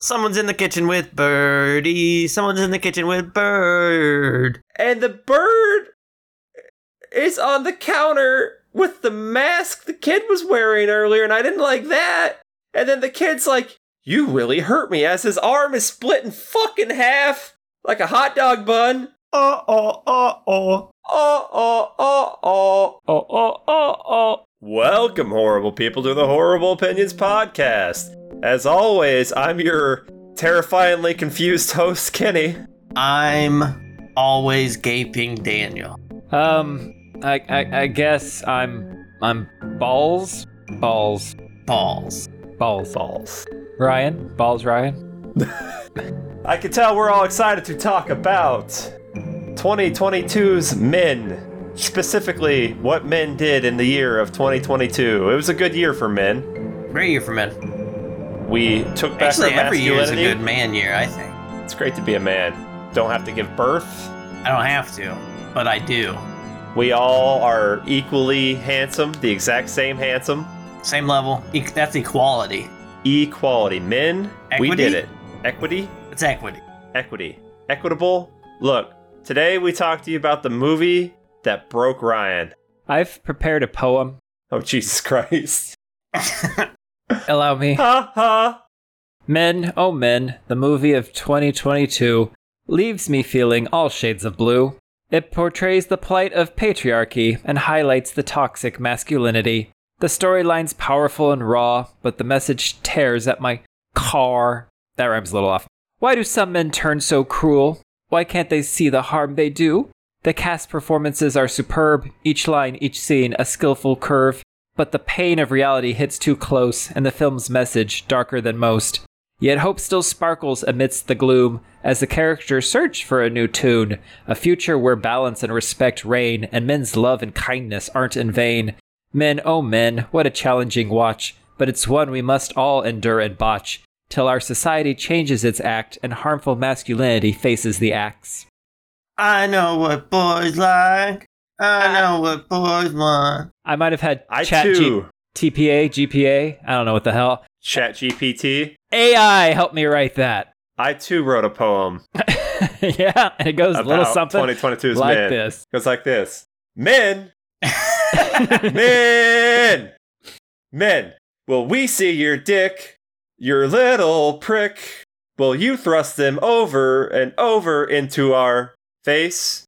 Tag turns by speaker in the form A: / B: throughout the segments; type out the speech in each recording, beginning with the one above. A: Someone's in the kitchen with Birdie. Someone's in the kitchen with Bird.
B: And the bird is on the counter with the mask the kid was wearing earlier, and I didn't like that. And then the kid's like, You really hurt me, as his arm is split in fucking half like a hot dog bun.
A: Oh, oh, oh, oh.
B: Oh, oh, oh, oh. Oh, oh, oh, oh. Welcome, horrible people, to the Horrible Opinions Podcast. As always, I'm your terrifyingly confused host, Kenny.
A: I'm always gaping Daniel.
C: Um, I, I I guess I'm I'm balls balls
A: Balls.
C: balls
B: Balls.
C: Ryan balls Ryan.
B: I can tell we're all excited to talk about 2022's men. Specifically, what men did in the year of 2022. It was a good year for men.
A: Great year for men.
B: We took back
A: Actually,
B: our
A: every year is a
B: masculinity.
A: good man year, I think.
B: It's great to be a man. Don't have to give birth.
A: I don't have to, but I do.
B: We all are equally handsome, the exact same handsome.
A: Same level. E- that's equality.
B: Equality. Men, we
A: Equity?
B: did it. Equity,
A: It's equity.
B: equity, equitable. Look, today we talked to you about the movie that broke Ryan.
C: I've prepared a poem.
B: Oh, Jesus Christ.
C: Allow me.
B: Ha ha.
C: Men, oh men, the movie of 2022 leaves me feeling all shades of blue. It portrays the plight of patriarchy and highlights the toxic masculinity. The storyline's powerful and raw, but the message tears at my car. That rhymes a little off. Why do some men turn so cruel? Why can't they see the harm they do? The cast performances are superb, each line, each scene, a skillful curve, but the pain of reality hits too close, and the film's message darker than most. Yet hope still sparkles amidst the gloom as the characters search for a new tune, a future where balance and respect reign, and men's love and kindness aren't in vain. Men, oh men, what a challenging watch, but it's one we must all endure and botch, till our society changes its act and harmful masculinity faces the axe.
A: I know what boys like.
C: Ah.
A: I know what boys want.
C: I might have had
B: I
C: chat G-
B: too.
C: TPA, GPA, I don't know what the hell.
B: Chat GPT.
C: AI help me write that.
B: I too wrote a poem
C: yeah, and it goes a
B: about
C: little something
B: 2022's
C: like
B: men.
C: this.
B: It goes like this. Men, men, men, will we see your dick, your little prick? Will you thrust them over and over into our face?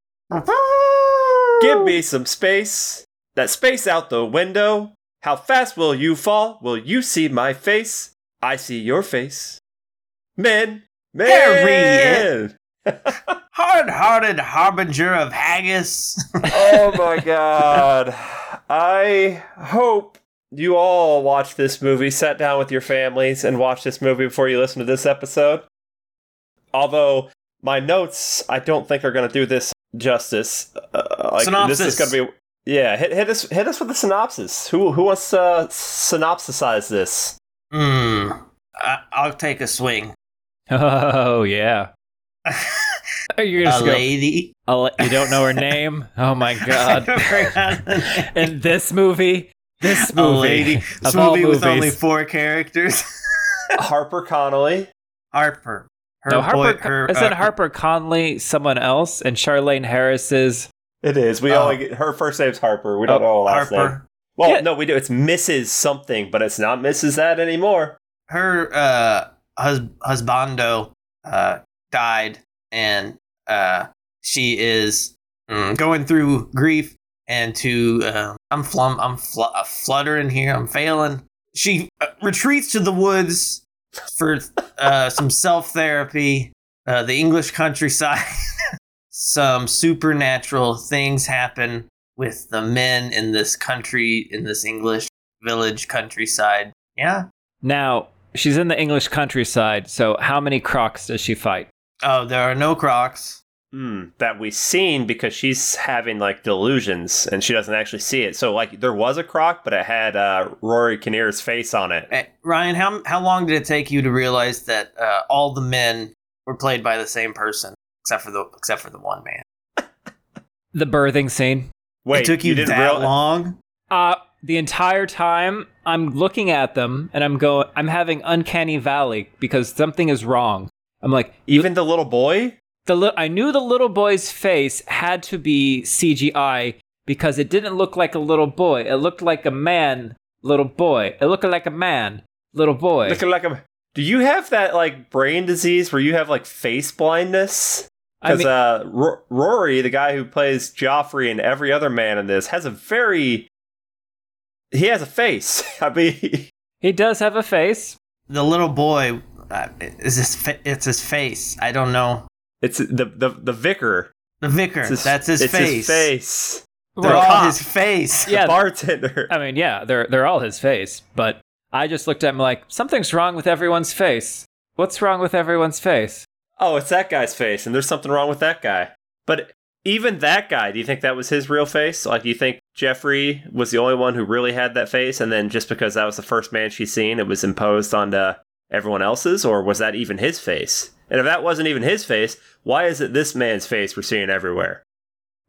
B: Give me some space. That space out the window. How fast will you fall? Will you see my face? I see your face. Men, men.
A: Harriet. Hard-hearted harbinger of haggis.
B: oh my god. I hope you all watched this movie, sat down with your families, and watched this movie before you listen to this episode. Although my notes, I don't think are going to do this justice. Uh, like, This
A: Synopsis.
B: is going to be yeah. Hit, hit us, hit us with a synopsis. Who who wants to uh, synopsisize this?
A: Hmm. I- I'll take a swing.
C: Oh yeah. Oh, You're
A: A
C: just going
A: lady.
C: you don't know her name. Oh my god. In this movie, this
A: a
C: movie,
A: lady. This
C: of all
A: movie with
C: movies.
A: only four characters.
B: Harper Connolly.
A: Harper. Her
C: no, Harper.
A: boy- her,
C: isn't
A: uh,
C: Harper Conley someone else? And Charlene Harris's.
B: It is. We
A: Oh.
B: only get, her first name's Harper. We don't know her last name.
A: Harper.
B: Well,
C: Yeah.
B: no, we do. It's Mrs. something, but it's not Mrs. that anymore.
A: Her uh, hus- husbando uh, died, and uh, she is mm, going through grief. And to uh, I'm flum, I'm fl- uh, fluttering here. I'm failing. She uh, retreats to the woods for uh, some self therapy. Uh, the English countryside. some supernatural things happen with the men in this country, in this English village countryside. Yeah.
C: Now she's in the English countryside. So how many crocs does she fight?
A: Oh, there are no Crocs.
B: Mm, that we've seen because she's having like delusions and she doesn't actually see it. So like there was a croc, but it had uh, Rory Kinnear's face on it.
A: Eh, Ryan, how how long did it take you to realize that uh, all the men were played by the same person, except for the except for the one man?
C: The birthing scene.
B: Wait,
A: it took you,
B: didn't
A: that
B: real-
A: long?
C: Uh, the entire time I'm looking at them and I'm going I'm having uncanny valley because something is wrong. I'm like
B: Even the little boy?
C: the li- I knew the little boy's face had to be CGI because it didn't look like a little boy. It looked like a man, little boy. It looked like a man, little boy.
B: Looking like a. Do you have that like brain disease where you have like face blindness?
C: I
B: Because
C: mean,
B: uh, R- Rory, the guy who plays Joffrey and every other man in this, has a very. He has a face. I mean,
C: he does have a face.
D: The little boy uh, is his fa- it's his face. I don't know.
B: it's the the the vicar.
D: The vicar.
B: It's
D: That's his
B: it's
D: face.
B: His face.
D: They're
B: The
D: all
B: cop.
D: his face.
C: Yeah.
B: The bartender.
C: I mean, yeah, they're they're all his face, but I just looked at him like something's wrong with everyone's face. What's wrong with everyone's face?
B: Oh, it's that guy's face, and there's something wrong with that guy. But even that guy, do you think that was his real face? Like, do you think Jeffrey was the only one who really had that face, and then just because that was the first man she's seen, it was imposed onto everyone else's, or was that even his face? And if that wasn't even his face, why is it this man's face we're seeing everywhere?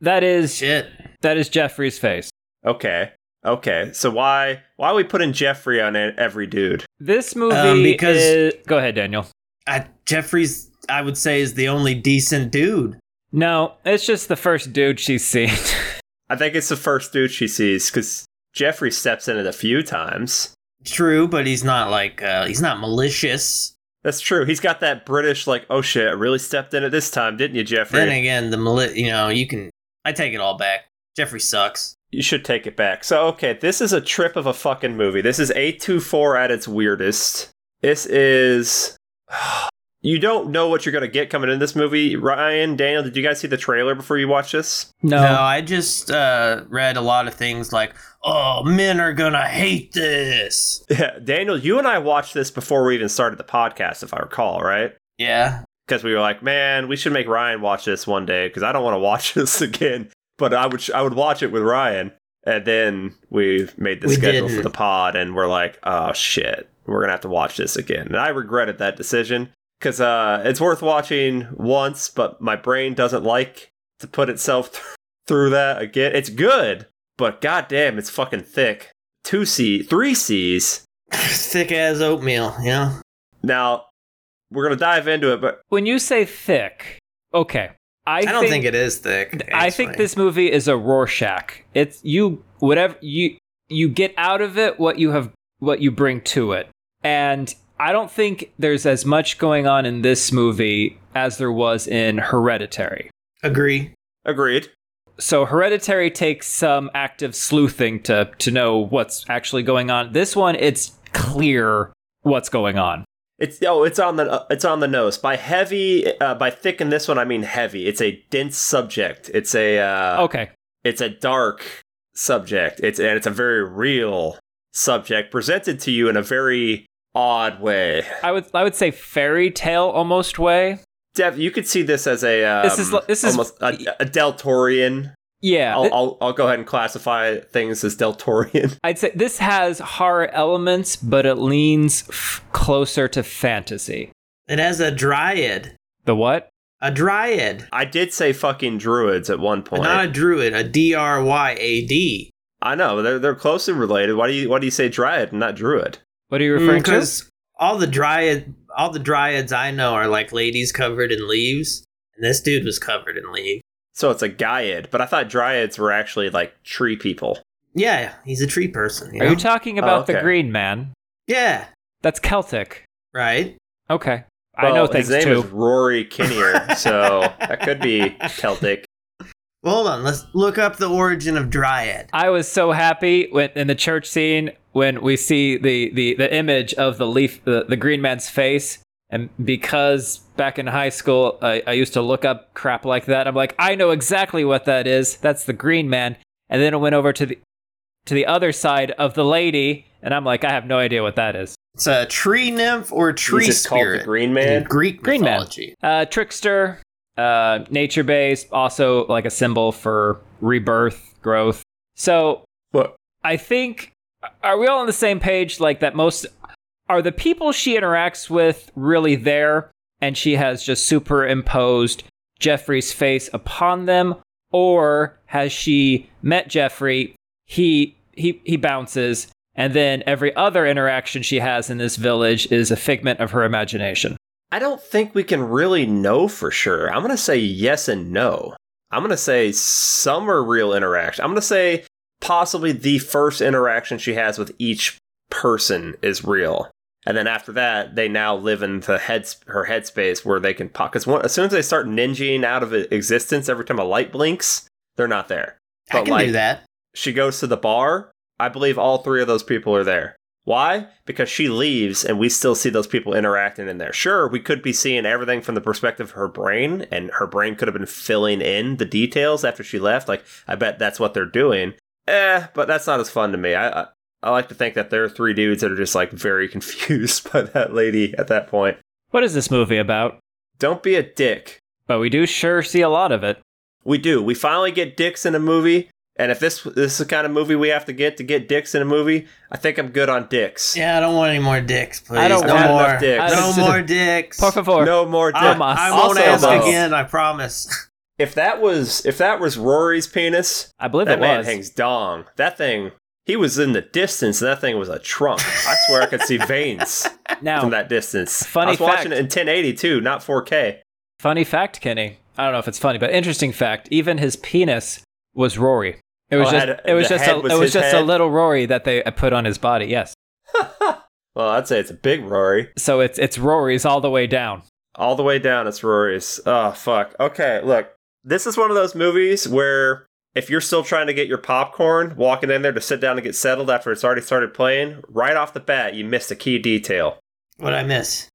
C: That is
D: Shit.
C: that is Jeffrey's face.
B: Okay, okay. So why why are we putting Jeffrey on e- every dude?
C: This movie
D: Um, because-
C: is- go ahead, Daniel.
D: I, Jeffrey's, I would say, is the only decent dude.
C: No, it's just the first dude she's seen.
B: I think it's the first dude she sees because Jeffrey steps in it a few times.
D: True, but he's not like uh, he's not malicious.
B: That's true. He's got that British like, oh shit, I really stepped in it this time, didn't you, Jeffrey?
D: Then again, the mali- you know you can. I take it all back. Jeffrey sucks.
B: you should take it back. So okay, this is a trip of a fucking movie. This is A24 at its weirdest. This is you don't know what you're gonna get coming in this movie. Ryan, Daniel, did you guys see the trailer before you watched this?
C: no,
D: No, I just uh, read a lot of things like, "Oh, men are gonna hate this."
B: Yeah, Daniel, you and I watched this before we even started the podcast, if I recall, right?
D: Yeah,
B: Because we were like, man, we should make Ryan watch this one day because I don't want to watch this again. But I would I would watch it with Ryan. And then we made the
D: We
B: schedule for
D: didn't.
B: the pod, and we're like, oh shit, we're gonna have to watch this again. And I regretted that decision because uh, it's worth watching once, but my brain doesn't like to put itself through that again. It's good, but goddamn, it's fucking thick. Two C, three C's.
D: thick as oatmeal. You know,
B: Now we're gonna dive into it, but
C: when you say thick, okay, I,
D: I, don't think, it is thick.
C: I
D: actually.
C: think this movie is a Rorschach. It's you whatever you you get out of it what you have what you bring to it. And I don't think there's as much going on in this movie as there was in Hereditary.
D: agree.
B: agreed.
C: So Hereditary takes some active sleuthing to to know what's actually going on. This one it's clear what's going on.
B: It's oh, it's on the uh, it's on the nose. By heavy, uh, by thick in this one, I mean heavy. It's a dense subject. It's a uh,
C: Okay.
B: it's a dark subject. It's and it's a very real subject presented to you in a very odd way.
C: I would I would say fairy tale almost way.
B: Dev, you could see this as a um,
C: This is li- this is-
B: almost a, a Del Torian.
C: Yeah.
D: Oh,
B: I'll, I'll I'll go ahead and classify things as Del Torian.
C: I'd say this has horror elements, but it leans f- closer to fantasy.
D: It has a dryad.
C: The what?
D: A dryad,
B: I did say fucking druids at one
D: but
B: point.
D: not a druid. A D R Y A D.
B: I know they're they're closely related. Why do you why do you say dryad and not druid?
C: What
B: Mm,
C: are you referring to?
D: Because all the dryad, all the dryads I know are like ladies covered in leaves, and this dude was covered in leaves.
B: So it's a gaiad, but I thought dryads were actually like tree people.
D: Yeah, he's a tree person. You
C: Are
D: know?
C: you talking about the
B: Oh, okay.
C: Green Man?
D: yeah,
C: That's Celtic.
D: right.
C: Okay, I
B: Well,
C: know things
B: His name
C: too.
B: is Rory Kinnear, so that could be Celtic.
D: Well, hold on. Let's look up the origin of dryad.
C: I was so happy when in the church scene when we see the the, the image of the leaf the, the Green Man's face. And because back in high school, I, I used to look up crap like that. I'm like, I know exactly what that is. That's the Green Man. And then it went over to the to the other side of the lady, and I'm like, I have no idea what that is.
D: It's a tree nymph or tree
B: He's just called
D: spirit.
B: the Green
D: in
B: Man.
D: Greek
C: Green man.
D: mythology.
C: Uh, trickster, uh, nature based, also like a symbol for rebirth, growth. So
B: What?
C: I think are we all on the same page? Like that most are the people she interacts with really there, and she has just superimposed Jeffrey's face upon them, or has she met Jeffrey? He he he bounces, and then every other interaction she has in this village is a figment of her imagination.
B: I don't think we can really know for sure. I'm going to say yes and no. I'm going to say some are real interaction. I'm going to say possibly the first interaction she has with each person is real. And then after that, they now live in the head, her headspace where they can pop. Because as soon as they start ninjing out of e-, existence every time a light blinks, they're not there.
D: I
B: But,
D: can
B: like,
D: do that.
B: She goes to the bar. I believe all three of those people are there. Why? Because she leaves and we still see those people interacting in there. Sure, we could be seeing everything from the perspective of her brain, and her brain could have been filling in the details after she left. Like, I bet that's what they're doing. Eh, but that's not as fun to me. I, I, I like to think that there are three dudes that are just like very confused by that lady at that point.
C: What is this movie about?
B: Don't be a dick.
C: But we do sure see a lot of it.
B: We do. We finally get dicks in a movie, and if this this is the kind of movie we have to get to get dicks in a movie, I think I'm good on dicks.
D: Yeah, I don't want any more dicks, please.
C: I don't
D: no
C: want
D: more
B: enough dicks.
D: No more dicks.
C: Por favor.
B: No more dicks.
D: I,
C: Thomas.
D: I won't
B: Also,
D: ask
B: though-
D: again. I promise.
B: If that was if that was Rory's penis,
C: I believe
B: that
C: it
B: man
C: was.
B: hangs dong. That thing, he was in the distance. And that thing was a trunk. I swear I could see veins
C: now,
B: from that distance.
C: Funny
B: I was watching
C: fact.
B: it in 1080 too, not 4K.
C: funny fact, Kenny. I don't know if it's funny, but interesting fact. Even his penis was Rory. It was
B: Oh,
C: just
B: had-
C: it was
B: the
C: just
B: head
C: a,
B: was
C: it was
B: his
C: just a
B: head?
C: little Rory that they put on his body. Yes.
B: Well, I'd say it's a big Rory.
C: So it's it's Rory's all the way down.
B: All the way down, it's Rory's. Oh, fuck. Okay, look. This is one of those movies where if you're still trying to get your popcorn, walking in there to sit down and get settled after it's already started playing, right off the bat, you missed a key detail.
D: what I miss?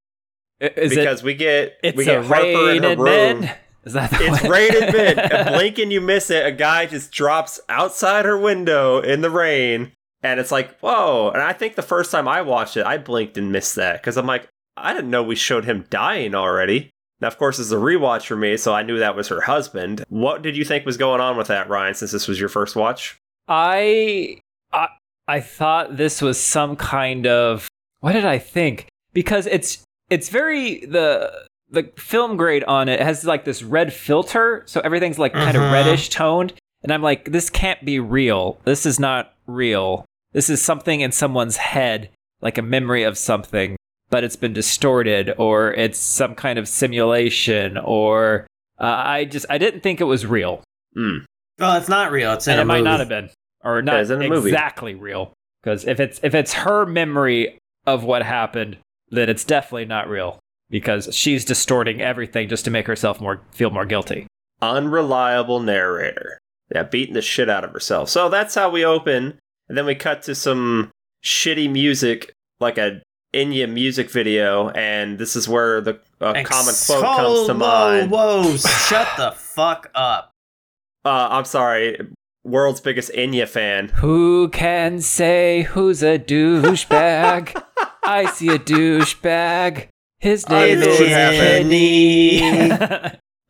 C: I- Is
B: because we get
C: it? It's
B: we get
C: a
B: Harper in her
C: rated
B: room.
C: men. Is that the
B: It's
C: one?
B: rated mid. A blink and you miss it. A guy just drops outside her window in the rain, and it's like, whoa. And I think the first time I watched it, I blinked and missed that because I'm like, I didn't know we showed him dying already. Now, of course, it's a rewatch for me, so I knew that was her husband. What did you think was going on with that, Ryan, since this was your first watch?
C: I, I I thought this was some kind of what did I think? Because it's it's very the the film grade on it has like this red filter, so everything's like kind of
D: Mhm.
C: reddish toned, and I'm like, this can't be real. This is not real. This is something in someone's head, like a memory of something, but it's been distorted, or it's some kind of simulation, or uh, I just I didn't think it was real
B: Mm.
D: Well, it's not real. It's in a
C: and it might
D: movie.
C: not have been or not
B: it's in a movie.
C: exactly real because if it's if it's her memory of what happened then it's definitely not real because she's distorting everything just to make herself more feel more guilty
B: unreliable narrator. Yeah, beating the shit out of herself. So that's how we open, and then we cut to some shitty music, like a Inya music video, and this is where the uh,
D: Ex-
B: common quote
D: Whoa,
B: comes to mind.
D: Whoa, whoa! shut the fuck up.
B: Uh, I'm sorry, world's biggest Inya fan.
C: who can say who's a douchebag i see a douchebag his
B: I
C: name
B: knew it happened.
C: is
D: Kidney.
C: Kenny.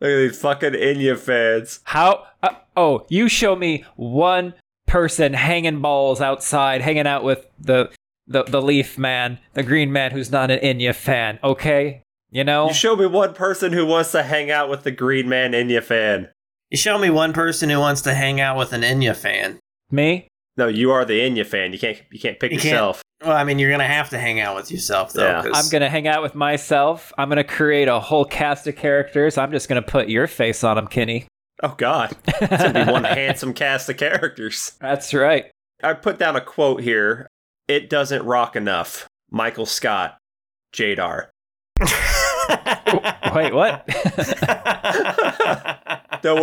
B: Look at these fucking Inya fans.
C: How? Uh, oh, you show me one person hanging balls outside, hanging out with the the the leaf man, the green man who's not an Inya fan. Okay, you know.
D: Oh.
B: You show me one person who wants to hang out with the Green Man Inya fan.
D: you show me one person who wants to hang out with an Inya fan.
C: me?
B: No, you are the Inya fan. You can't. You can't pick
D: You can't-
B: yourself.
D: Well, I mean, you're gonna have to hang out with yourself though.
B: Yeah.
D: 'cause-
C: I'm gonna hang out with myself. I'm gonna create a whole cast of characters. I'm just gonna put your face on them, Kenny.
B: Oh God, it's gonna be one handsome cast of characters.
C: That's right.
B: I put down a quote here. It doesn't rock enough. Michael Scott, Jadar.
C: Wait, what?
B: Don't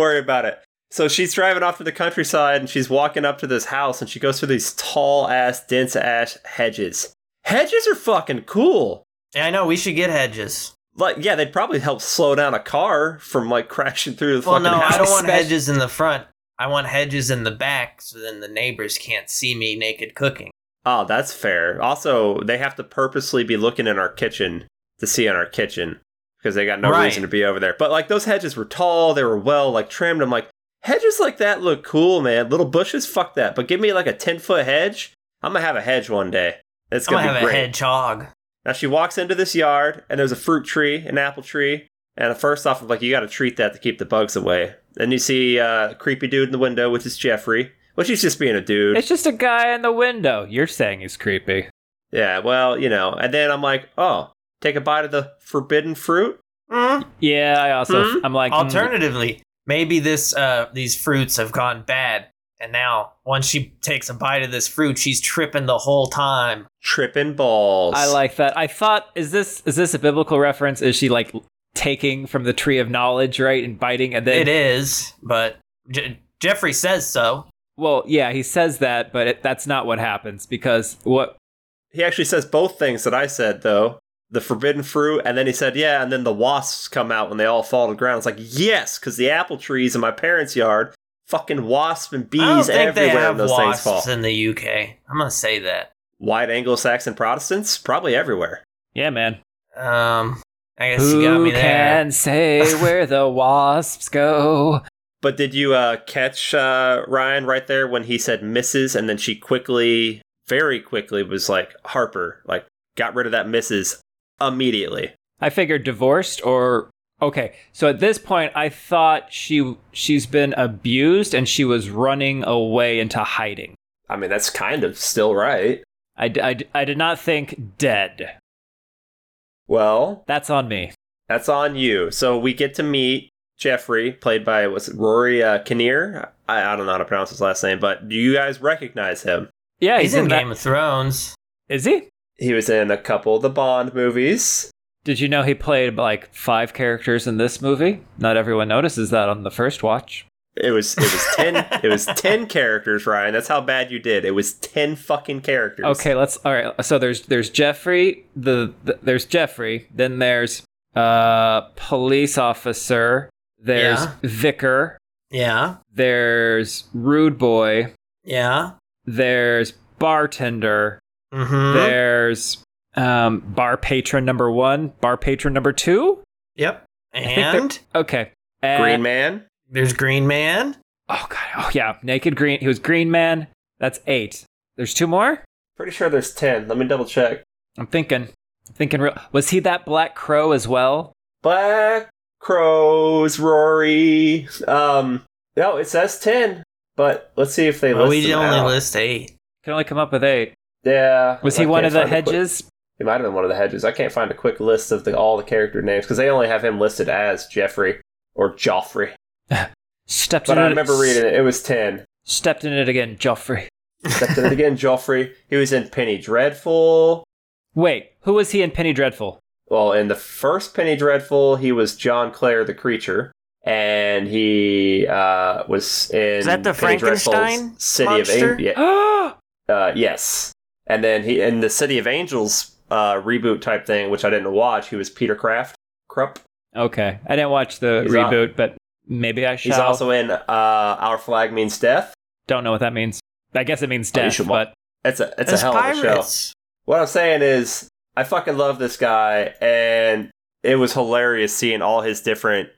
B: worry about it. So she's driving off to the countryside and she's walking up to this house and she goes through these tall ass, dense ass hedges. Hedges are fucking cool.
D: Yeah, I know. We should get hedges.
B: Like, yeah, they'd probably help slow down a car from like crashing through the
D: Well,
B: fucking
D: no,
B: house.
D: I don't want
C: Especially-
D: hedges in the front. I want hedges in the back, so then the neighbors can't see me naked cooking.
B: Oh, that's fair. Also, they have to purposely be looking in our kitchen to see in our kitchen because they got no
D: Right.
B: reason to be over there. But like those hedges were tall, they were well like trimmed. I'm like, hedges like that look cool, man. Little bushes, fuck that. But give me like a ten foot hedge. I'm gonna have a hedge one day. It's
D: I'm
B: gonna,
D: gonna have
B: be
D: a
B: great.
D: hedgehog.
B: Now she walks into this yard and there's a fruit tree, an apple tree, and first off, I'm like, you got to treat that to keep the bugs away. Then you see uh, creepy dude in the window, which is Jeffrey, Well, she's just being a dude.
C: It's just a guy in the window. You're saying he's creepy.
B: yeah, well, you know. And then I'm like, oh, take a bite of the forbidden fruit?
C: Hmm?
B: Mm.
C: Yeah, I also
B: Hmm?
C: I'm like mm,
D: Alternatively, maybe this uh these fruits have gone bad, and now once she takes a bite of this fruit, she's tripping the whole time.
B: Tripping balls.
C: I like that. I thought is this is this a biblical reference? Is she like taking from the tree of knowledge, right, and biting and then
D: it is, but Je- Jeffrey says so.
C: Well, yeah, he says that, but it, that's not what happens because what
B: He actually says both things that I said, though. The forbidden fruit, and then he said, yeah, and then the wasps come out and they all fall to the ground. It's like, yes, because the apple trees in my parents' yard, fucking wasps and bees
D: I don't think
B: everywhere
D: they have
B: and those
D: wasps
B: things fall.
D: in the UK. I'm gonna say that.
B: White Anglo Saxon Protestants? Probably everywhere.
C: Yeah, man.
D: Um, I guess you got
C: Who
D: me there.
C: can say where the wasps go?
B: But did you uh, catch uh, Ryan right there when he said Mrs. and then she quickly, very quickly was like Harper, like got rid of that Mrs. immediately.
C: I figured divorced or okay. So at this point I thought she she's been abused and she was running away into hiding.
B: I mean, that's kind of still right.
C: I, d- I, d- I did not think dead.
B: Well,
C: That's on me.
B: that's on you. So we get to meet Jeffrey, played by what's it, Rory uh, Kinnear. I, I don't know how to pronounce his last name, but do you guys recognize him?
C: Yeah,
D: He's in
C: that-
D: Game of Thrones.
C: Is he?
B: He was in a couple of the Bond movies.
C: Did you know he played like five characters in this movie? Not everyone notices that on the first watch.
B: It was it was ten it was ten characters, Ryan. That's how bad you did. It was ten fucking characters.
C: Okay, let's. All right. So there's there's Jeffrey. The, the there's Jeffrey. Then there's uh police officer. There's
D: Yeah.
C: vicar.
D: Yeah,
C: There's rude boy.
D: yeah.
C: There's bartender.
A: Hmm?
D: Mm-hmm.
C: There's um bar patron number one. Bar patron number two.
D: Yep.
C: think they're-
D: And
C: Okay. And,
B: Green Man.
D: there's Green Man.
C: Oh god. Oh yeah. Naked Green. He was Green Man. That's eight. There's two more.
B: Pretty sure there's ten. Let me double check.
C: I'm thinking. I'm thinking. Real. Was he that Black Crow as well?
B: Black Crows, Rory. Um, no, it says ten, but let's see if they
D: Well,
B: list.
D: we
B: them
D: only
B: out.
D: list eight.
C: Can only come up with eight.
B: Yeah.
C: Was
B: I
C: he one
B: can't
C: of the
B: find a quick-
C: hedges?
B: he might have been one of the hedges. I can't find a quick list of the, all the character names because they only have him listed as Jeffrey or Joffrey.
C: Stepped
B: But
C: in
B: I
C: it-
B: remember reading it. It was ten.
C: Stepped in it again, Joffrey.
B: Stepped in it again, Joffrey. He was in Penny Dreadful.
C: Wait, who was he in Penny Dreadful?
B: Well, in the first Penny Dreadful, he was John Clare the creature, and he uh, was in
D: Is that the
B: Penny Dreadful's
D: Frankenstein
B: City
D: monster?
B: of Angels. uh, yes, and then he in the City of Angels uh, reboot type thing, which I didn't watch. He was Peter Kraft. Krupp.
C: okay, I didn't watch the
B: He's on-
C: reboot, but maybe I shall.
B: He's also in uh, Our Flag Means Death.
C: Don't know what that means. I guess it means
B: Oh, you
C: death,
B: should wa-
C: but
B: It's a it's
D: There's
B: a hell of a show.
D: pirates.
B: What I'm saying is, I fucking love this guy, and it was hilarious seeing all his different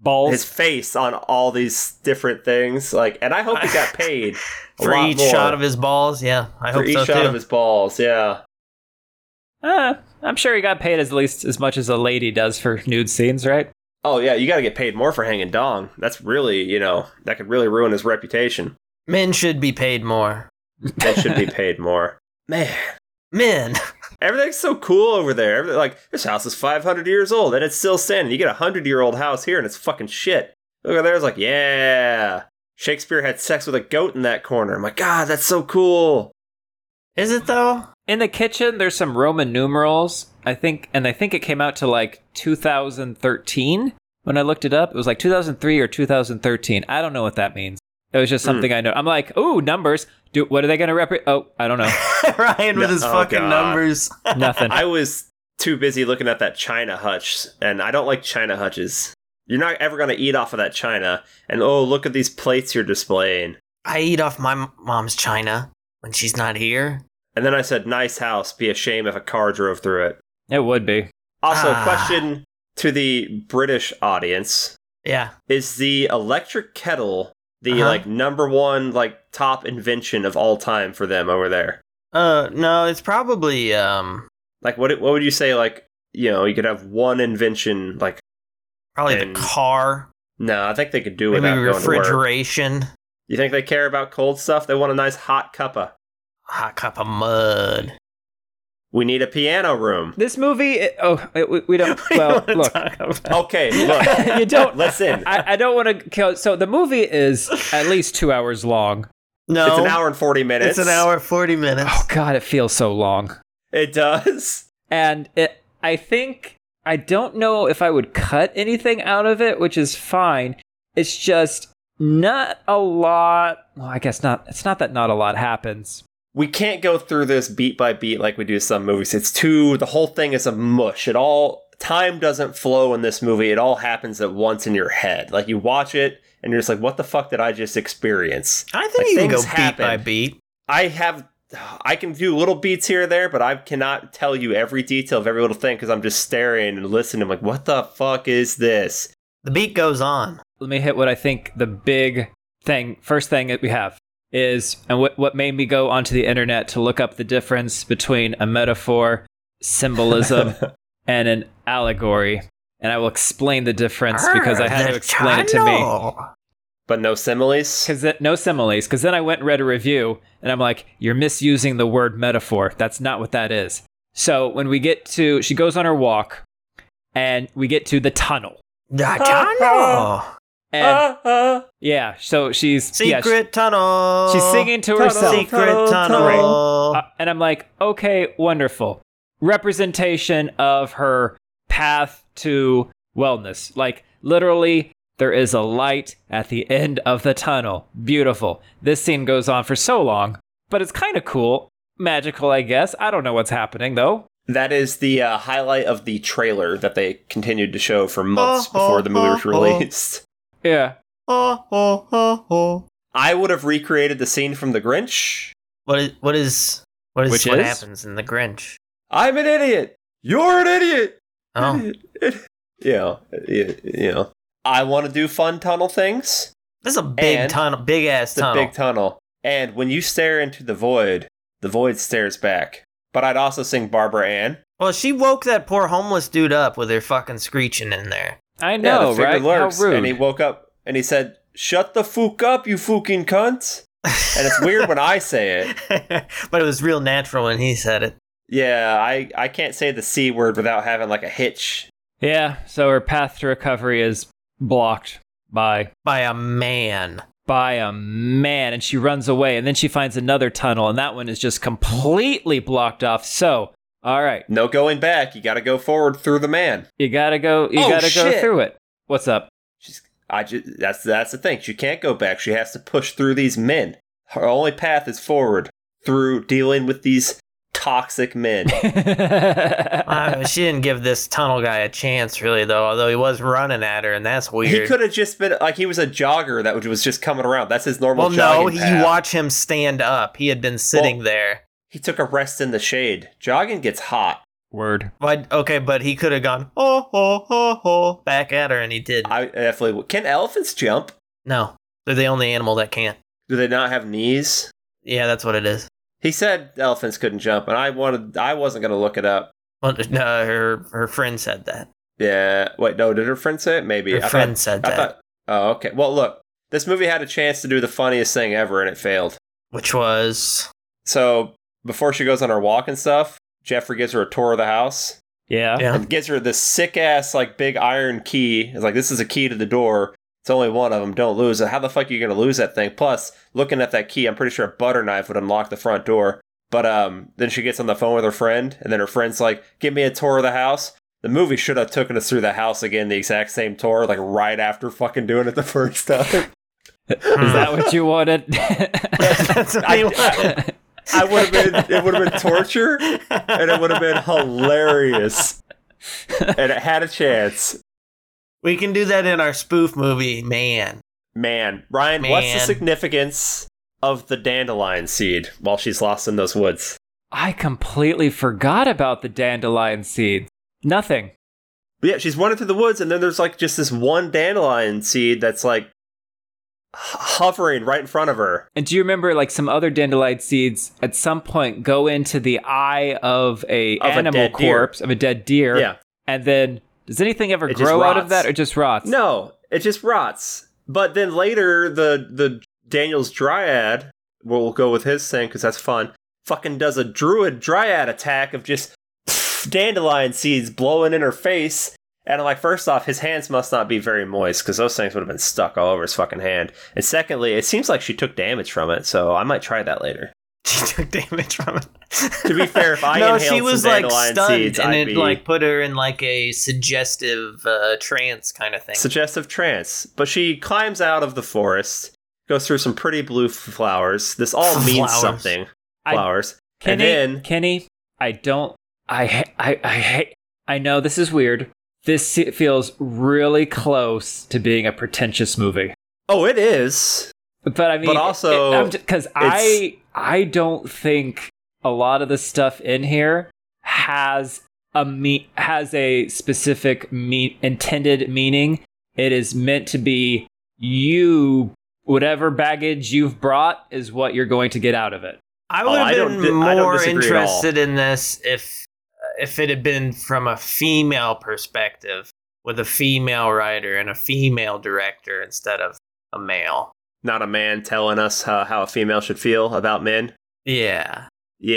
C: balls.
B: his face on all these different things. Like, and I hope he got paid a
D: for
B: lot
D: each
B: more
D: shot of his balls. Yeah, I
B: for
D: hope
B: each
D: so
B: shot
D: too.
B: of his balls. Yeah,
C: Uh, I'm sure he got paid at least as much as a lady does for nude scenes, right?
B: Oh yeah, you got to get paid more for hanging dong. That's really, you know, that could really ruin his reputation.
D: Men should be paid more.
B: That should be paid more. Man,
D: Men.
B: everything's so cool over there. Everything, like this house is 500 years old and it's still standing. You get a hundred year old house here and it's fucking shit. Look over there, it's like yeah. Shakespeare had sex with a goat in that corner. I'm like, God, that's so cool.
D: Is it though?
C: In the kitchen, there's some Roman numerals. I think, and I think it came out to like 2013 when I looked it up. It was like 2003 or 2013. I don't know what that means. It was just
B: Hmm.
C: something I know. I'm like, ooh, numbers. Do what are they going to represent? Oh, I don't know.
D: Ryan with
B: No-
D: his
B: oh,
D: fucking
B: God.
D: numbers.
C: Nothing.
B: I was too busy looking at that China hutch, and I don't like China hutches. You're not ever going to eat off of that China. And oh, look at these plates you're displaying.
D: I eat off my m- mom's china when she's not here.
B: And then I said, nice house. Be a shame if a car drove through it.
C: It would be.
B: Also,
D: Ah.
B: question to the British audience
D: Yeah.
B: Is the electric kettle the
D: Uh-huh.
B: like number one like top invention of all time for them over there?
D: Uh, no, it's probably um,
B: Like what what would you say like, you know, you could have one invention like
D: probably
B: And
D: the car,
B: no, I think they could do
D: maybe
B: without going to work.
D: refrigeration.
B: You think they care about cold stuff? They want a nice hot cuppa.
A: Hot cup of mud.
B: We need a piano room.
C: This movie, it- oh, it, we, we don't. Well,
A: Wanna
C: look,
A: talk about-
B: Okay, look.
C: you don't.
B: Listen,
C: I, I don't want to kill. So the movie is at least two hours long.
A: No,
B: it's an hour and 40 minutes.
A: It's an hour and forty minutes.
C: Oh God, it feels so long.
B: It does.
C: And it, I think I don't know if I would cut anything out of it, which is fine. It's just not a lot. Well, I guess not. It's not that not a lot happens.
B: We can't go through this beat by beat like we do some movies. It's too, the whole thing is a mush. It all, time doesn't flow in this movie. It all happens at once in your head. Like you watch it and you're just like, what the fuck did I just experience?
A: I think
B: Like,
A: you can go
B: things
A: beat
B: happen.
A: by beat.
B: I have I can do little beats here or there, but I cannot tell you every detail of every little thing because I'm just staring and listening. I'm like, what the fuck is this?
A: The beat goes on.
C: let me hit what I think the big thing, first thing that we have is, and what, what made me go onto the internet to look up the difference between a metaphor, symbolism, and an allegory. And I will explain the difference because I had to explain it to me.
B: But no similes.
C: Because no similes. Because then I went and read a review, and I'm like, "You're misusing the word metaphor. That's not what that is." So when we get to, she goes on her walk, and we get to the tunnel,
A: me. The tunnel.
C: and
B: Ah, ah.
C: yeah, so she's yeah, she-
A: Secret tunnel.
C: she's singing to
B: Tunnel.
C: herself.
A: Secret tunnel.
B: Right.
C: Uh, and I'm like, okay, wonderful. Representation of her path to wellness. Like, literally, there is a light at the end of the tunnel. Beautiful. This scene goes on for so long, but it's kind of cool. Magical, I guess. I don't know what's happening, though.
B: That is the uh, highlight of the trailer that they continued to show for months
A: Oh,
B: before
A: oh,
B: the movie was
A: oh, oh.
B: released.
C: Yeah.
A: Oh, oh, oh, oh.
B: I would have recreated the scene from The Grinch.
A: What is what is what is
C: Which
A: what
C: is?
A: happens in the Grinch?
B: I'm an idiot. You're an idiot.
A: Oh,
B: you know, you, you know. I want to do fun tunnel things.
A: this is a big
B: And-
A: tunnel, big ass
B: It's a
A: tunnel.
B: big tunnel. And when you stare into the void, the void stares back. But I'd also sing Barbara Ann.
A: well, she woke that poor homeless dude up with her fucking screeching in there.
C: I know,
B: the figure
C: right?
B: lurks,
C: How rude.
B: And he woke up and he said, Shut the fuck up, you fucking cunt. And it's weird when I say it.
A: but it was real natural when he said it.
B: Yeah, I, I can't say the C word without having like a hitch.
C: yeah, so her path to recovery is blocked by
A: By a man.
C: by a man and she runs away and then she finds another tunnel and that one is just completely blocked off so all right
B: No going back. You gotta go forward through the man.
C: you gotta go you
B: Oh,
C: gotta go
B: shit.
C: through it what's up
B: She's I just that's that's the thing. She can't go back. She has to push through these men. Her only path is forward through dealing with these toxic men.
A: Uh, she didn't give this tunnel guy a chance, really, though. Although he was running at her, and that's weird.
B: He could have just been like he was a jogger that was just coming around. That's his normal.
A: well, no,
B: jogging
A: he,
B: path.
A: you watch him stand up. He had been sitting
B: Well-
A: there.
B: He took a rest in the shade. Jogging gets hot.
C: word
A: Why? Okay, but he could have gone oh oh oh oh back at her, and he did. not
B: I definitely can elephants jump.
A: No, they're the only animal that can't.
B: Do they not have knees?
A: Yeah, that's what it is.
B: He said elephants couldn't jump, and I wanted. I wasn't gonna look it up.
A: Well, no, her her friend said that.
B: Yeah. Wait. No. Did her friend say it? Maybe.
A: Her
B: I
A: friend
B: Thought,
A: said
B: I
A: that,
B: thought. Oh. Okay. Well, look. This movie had a chance to do the funniest thing ever, and it failed.
A: which was
B: So before she goes on her walk and stuff, Jeffrey gives her a tour of the house.
C: yeah,
A: yeah.
B: and gives her this sick ass like big iron key. It's like this is a key to the door. It's only one of them. Don't lose it. How the fuck are you gonna lose that thing? Plus, looking at that key, I'm pretty sure a butter knife would unlock the front door. But um, then she gets on the phone with her friend, and then her friend's like, "Give me a tour of the house." The movie should have taken us through the house again, the exact same tour, like right after fucking doing it the first time.
C: is that what you wanted
A: hmm. That's what
B: I-
A: he was.
B: I would have been, it would have been torture, and it would have been hilarious, and it had a chance.
A: We can do that in our spoof movie, man.
B: Man, Ryan, what's the
A: Man.
B: significance of the dandelion seed while she's lost in those woods?
C: i completely forgot about the dandelion seeds nothing
B: But yeah, she's running through the woods, and then there's like just this one dandelion seed that's like h- hovering right in front of her.
C: and do you remember like some other dandelion seeds at some point go into the eye of a
B: Of a
C: animal
B: dead deer.
C: corpse of a dead deer
B: Yeah,
C: and then does anything ever
B: It just
C: grow out of
B: rots.
C: that or just rots
B: no, it just rots. But then later, the the Daniel's dryad, we'll go with his thing because that's fun, fucking does a druid dryad attack of just pff, dandelion seeds blowing in her face. And I'm like, first off, his hands must not be very moist because those things would have been stuck all over his fucking hand. And secondly, it seems like she took damage from it, so I might try that later.
D: She took damage from it.
B: To be fair, if I
D: no,
B: inhaled
D: she was
B: some
D: like
B: dandelion
D: stunned,
B: seeds,
D: and
B: I'd
D: it
B: be
D: like put her in like a suggestive uh, trance kind of thing.
B: suggestive trance. But she climbs out of the forest, goes through some pretty blue f- flowers. This all means
D: Flowers.
B: something.
C: I-
B: Flowers.
C: Kenny,
B: then-
C: Kenny, I don't. I ha- I I hate. I know this is weird. This se- feels really close to being a pretentious movie.
B: oh, it is.
C: But I mean,
B: But also,
C: because I I don't think a lot of the stuff in here has a me has a specific me- intended meaning. It is meant to be you. Whatever baggage you've brought is what you're going to get out of it.
D: I
B: Oh,
D: would
B: I
D: have
B: don't
D: been
B: di- I don't
D: more
B: disagree at all.
D: interested in this if if it had been from a female perspective with a female writer and a female director instead of a male.
B: Not a man telling us how, how a female should feel about men.
D: Yeah.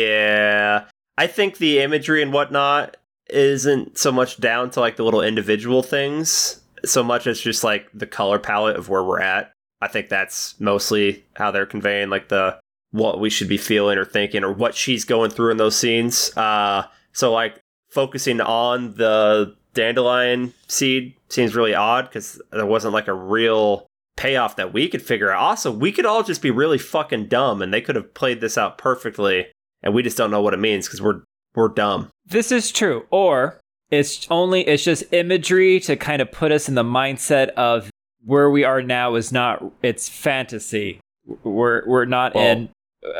B: Yeah. I think the imagery and whatnot isn't so much down to like the little individual things, so much as just like the color palette of where we're at. I think that's mostly how they're conveying like the what we should be feeling or thinking or what she's going through in those scenes. Uh so like focusing on the dandelion seed seems really odd cuz there wasn't like a real payoff that we could figure out. Also, we could all just be really fucking dumb and they could have played this out perfectly and we just don't know what it means because we're we're dumb.
C: This is true. Or it's only it's just imagery to kind of put us in the mindset of where we are now is not it's fantasy. We're we're not
B: Well-
C: in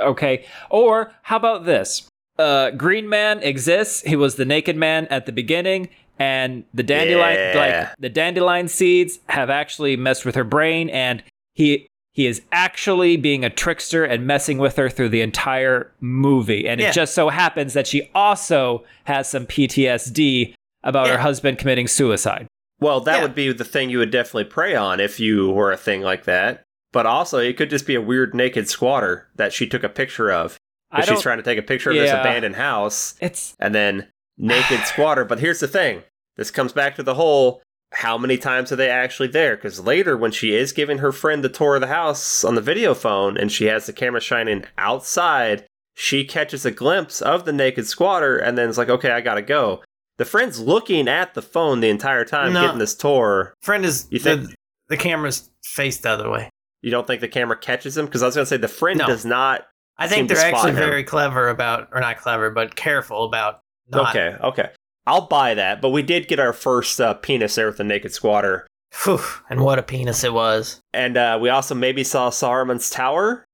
C: okay. Or how about this? Uh Green Man exists. He was the naked man at the beginning and the dandelion
B: Yeah.
C: like the dandelion seeds have actually messed with her brain and he he is actually being a trickster and messing with her through the entire movie. And
D: Yeah.
C: it just so happens that she also has some PTSD about her
D: Yeah.
C: husband committing suicide.
B: Well, that
D: Yeah.
B: would be the thing you would definitely prey on if you were a thing like that. But also, it could just be a weird naked squatter that she took a picture of.
C: I
B: But she's
C: don't,
B: trying to take a picture of this
C: Yeah.
B: abandoned house
C: it's
B: and then naked squatter. But here's the thing: this comes back to the whole. How many times are they actually there? Because later, when she is giving her friend the tour of the house on the video phone, and she has the camera shining outside, she catches a glimpse of the naked squatter, and then it's like, "Okay, I gotta go." The friend's looking at the phone the entire time,
D: No.
B: getting this tour.
D: Friend is
B: You think-
D: the, the camera's faced the other way.
B: You don't think the camera catches him? Because I was gonna say the friend
D: No.
B: does not.
D: I
B: Seem
D: think
B: to
D: they're actually
B: spot him.
D: very clever about or not clever, but careful about not
B: Okay, okay, I'll buy that. But we did get our first uh, penis there with the naked squatter.
D: Phew, and what a penis it was.
B: And uh, we also maybe saw Saruman's tower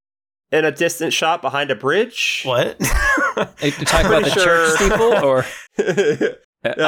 B: in a distant shot behind a bridge.
D: What?
C: you talking about
B: pretty
C: the
B: sure-
C: church steeple or
B: yeah,
C: uh,
B: No. There's
C: um,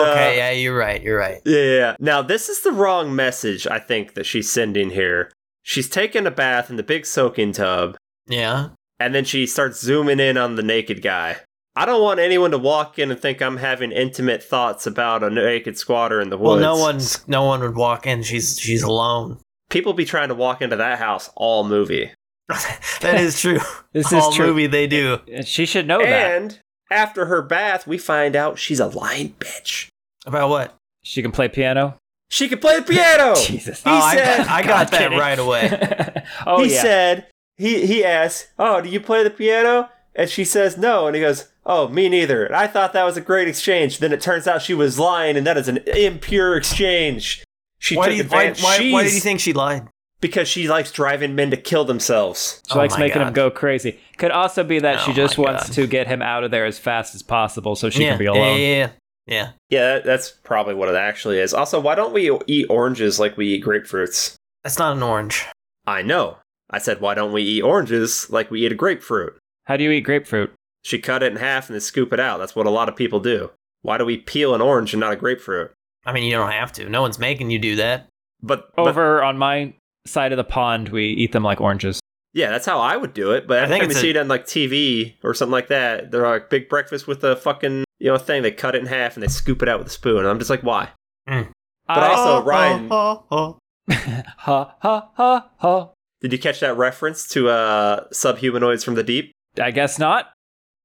D: oh,
B: a-
D: okay. yeah, you're right. You're right.
B: yeah, yeah. Now, this is the wrong message, I think, that she's sending here. She's taking a bath in the big soaking tub,
D: Yeah.
B: and then she starts zooming in on the naked guy. I don't want anyone to walk in and think I'm having intimate thoughts about a naked squatter in the
D: Well,
B: woods.
D: no one's no one would walk in. She's she's alone.
B: People be trying to walk into that house all movie.
D: that is true.
C: this
D: All
C: is true.
D: movie they do.
C: She should know that.
B: and after her bath, we find out she's a lying bitch.
D: About what?
C: She can play piano.
B: She can play the piano.
C: Jesus.
B: He
D: oh, I
B: said-
D: got, I got
C: God,
D: that
C: Kenny.
D: right away.
C: oh
B: he
C: yeah.
B: said he he asked, "Oh, do you play the piano?" And she says, "No." And he goes, "Oh, me neither." And I thought that was a great exchange. Then it turns out she was lying, and that is an impure exchange. She
D: Why do
B: took
D: you why,
B: advantage.
D: why, why do you
B: She's-
D: think she lied?
B: Because she likes driving men to kill themselves.
C: She
D: Oh
C: likes
D: my
C: making
D: God.
C: him go crazy. Could also be that she
D: Oh
C: just
D: my
C: wants
D: God.
C: to get him out of there as fast as possible so she
D: yeah,
C: can be alone.
D: Yeah, yeah, yeah.
B: Yeah, that, that's probably what it actually is. Also, why don't we eat oranges like we eat grapefruits?
D: That's not an orange.
B: I know. I said, why don't we eat oranges like we eat a grapefruit?
C: How do you eat grapefruit?
B: She cut it in half and then scoop it out. That's what a lot of people do. Why do we peel an orange and not a grapefruit?
D: I mean, you don't have to. No one's making you do that.
B: But, but-
C: Over on my side of the pond, we eat them like oranges.
B: yeah, that's how I would do it. But
D: I
B: every
D: think
B: time you
D: it's a-
B: see it on like TV or something like that, they're like big breakfast with a fucking you know thing. They cut it in half and they scoop it out with a spoon. And I'm just like, why?
C: I,
B: also, Ryan-
D: Oh, oh, oh.
C: ha ha ha ha.
B: Did you catch that reference to uh, subhumanoids from the deep?
C: I guess not.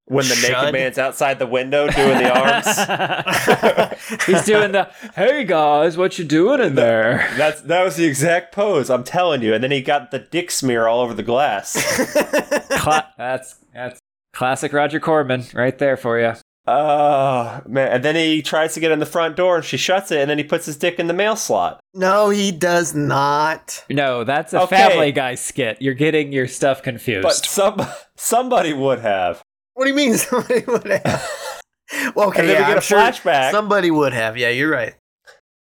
B: When the naked
D: Shud.
B: man's outside the window doing the arms.
C: He's doing the hey guys, what you doing in there?
B: That's that was the exact pose. I'm telling you. And then he got the dick smear all over the glass.
C: Cla- that's that's classic Roger Corman right there for you.
B: oh man! And then he tries to get in the front door, and she shuts it. And then he puts his dick in the mail slot.
A: No, he does not.
C: No, that's a
B: Okay.
C: Family Guy skit. You're getting your stuff confused.
B: But some somebody would have.
A: What do you mean somebody would have? well, okay,
B: And then
A: yeah,
B: we get
A: I'm
B: a
A: sure
B: flashback.
A: Somebody would have. Yeah, you're right.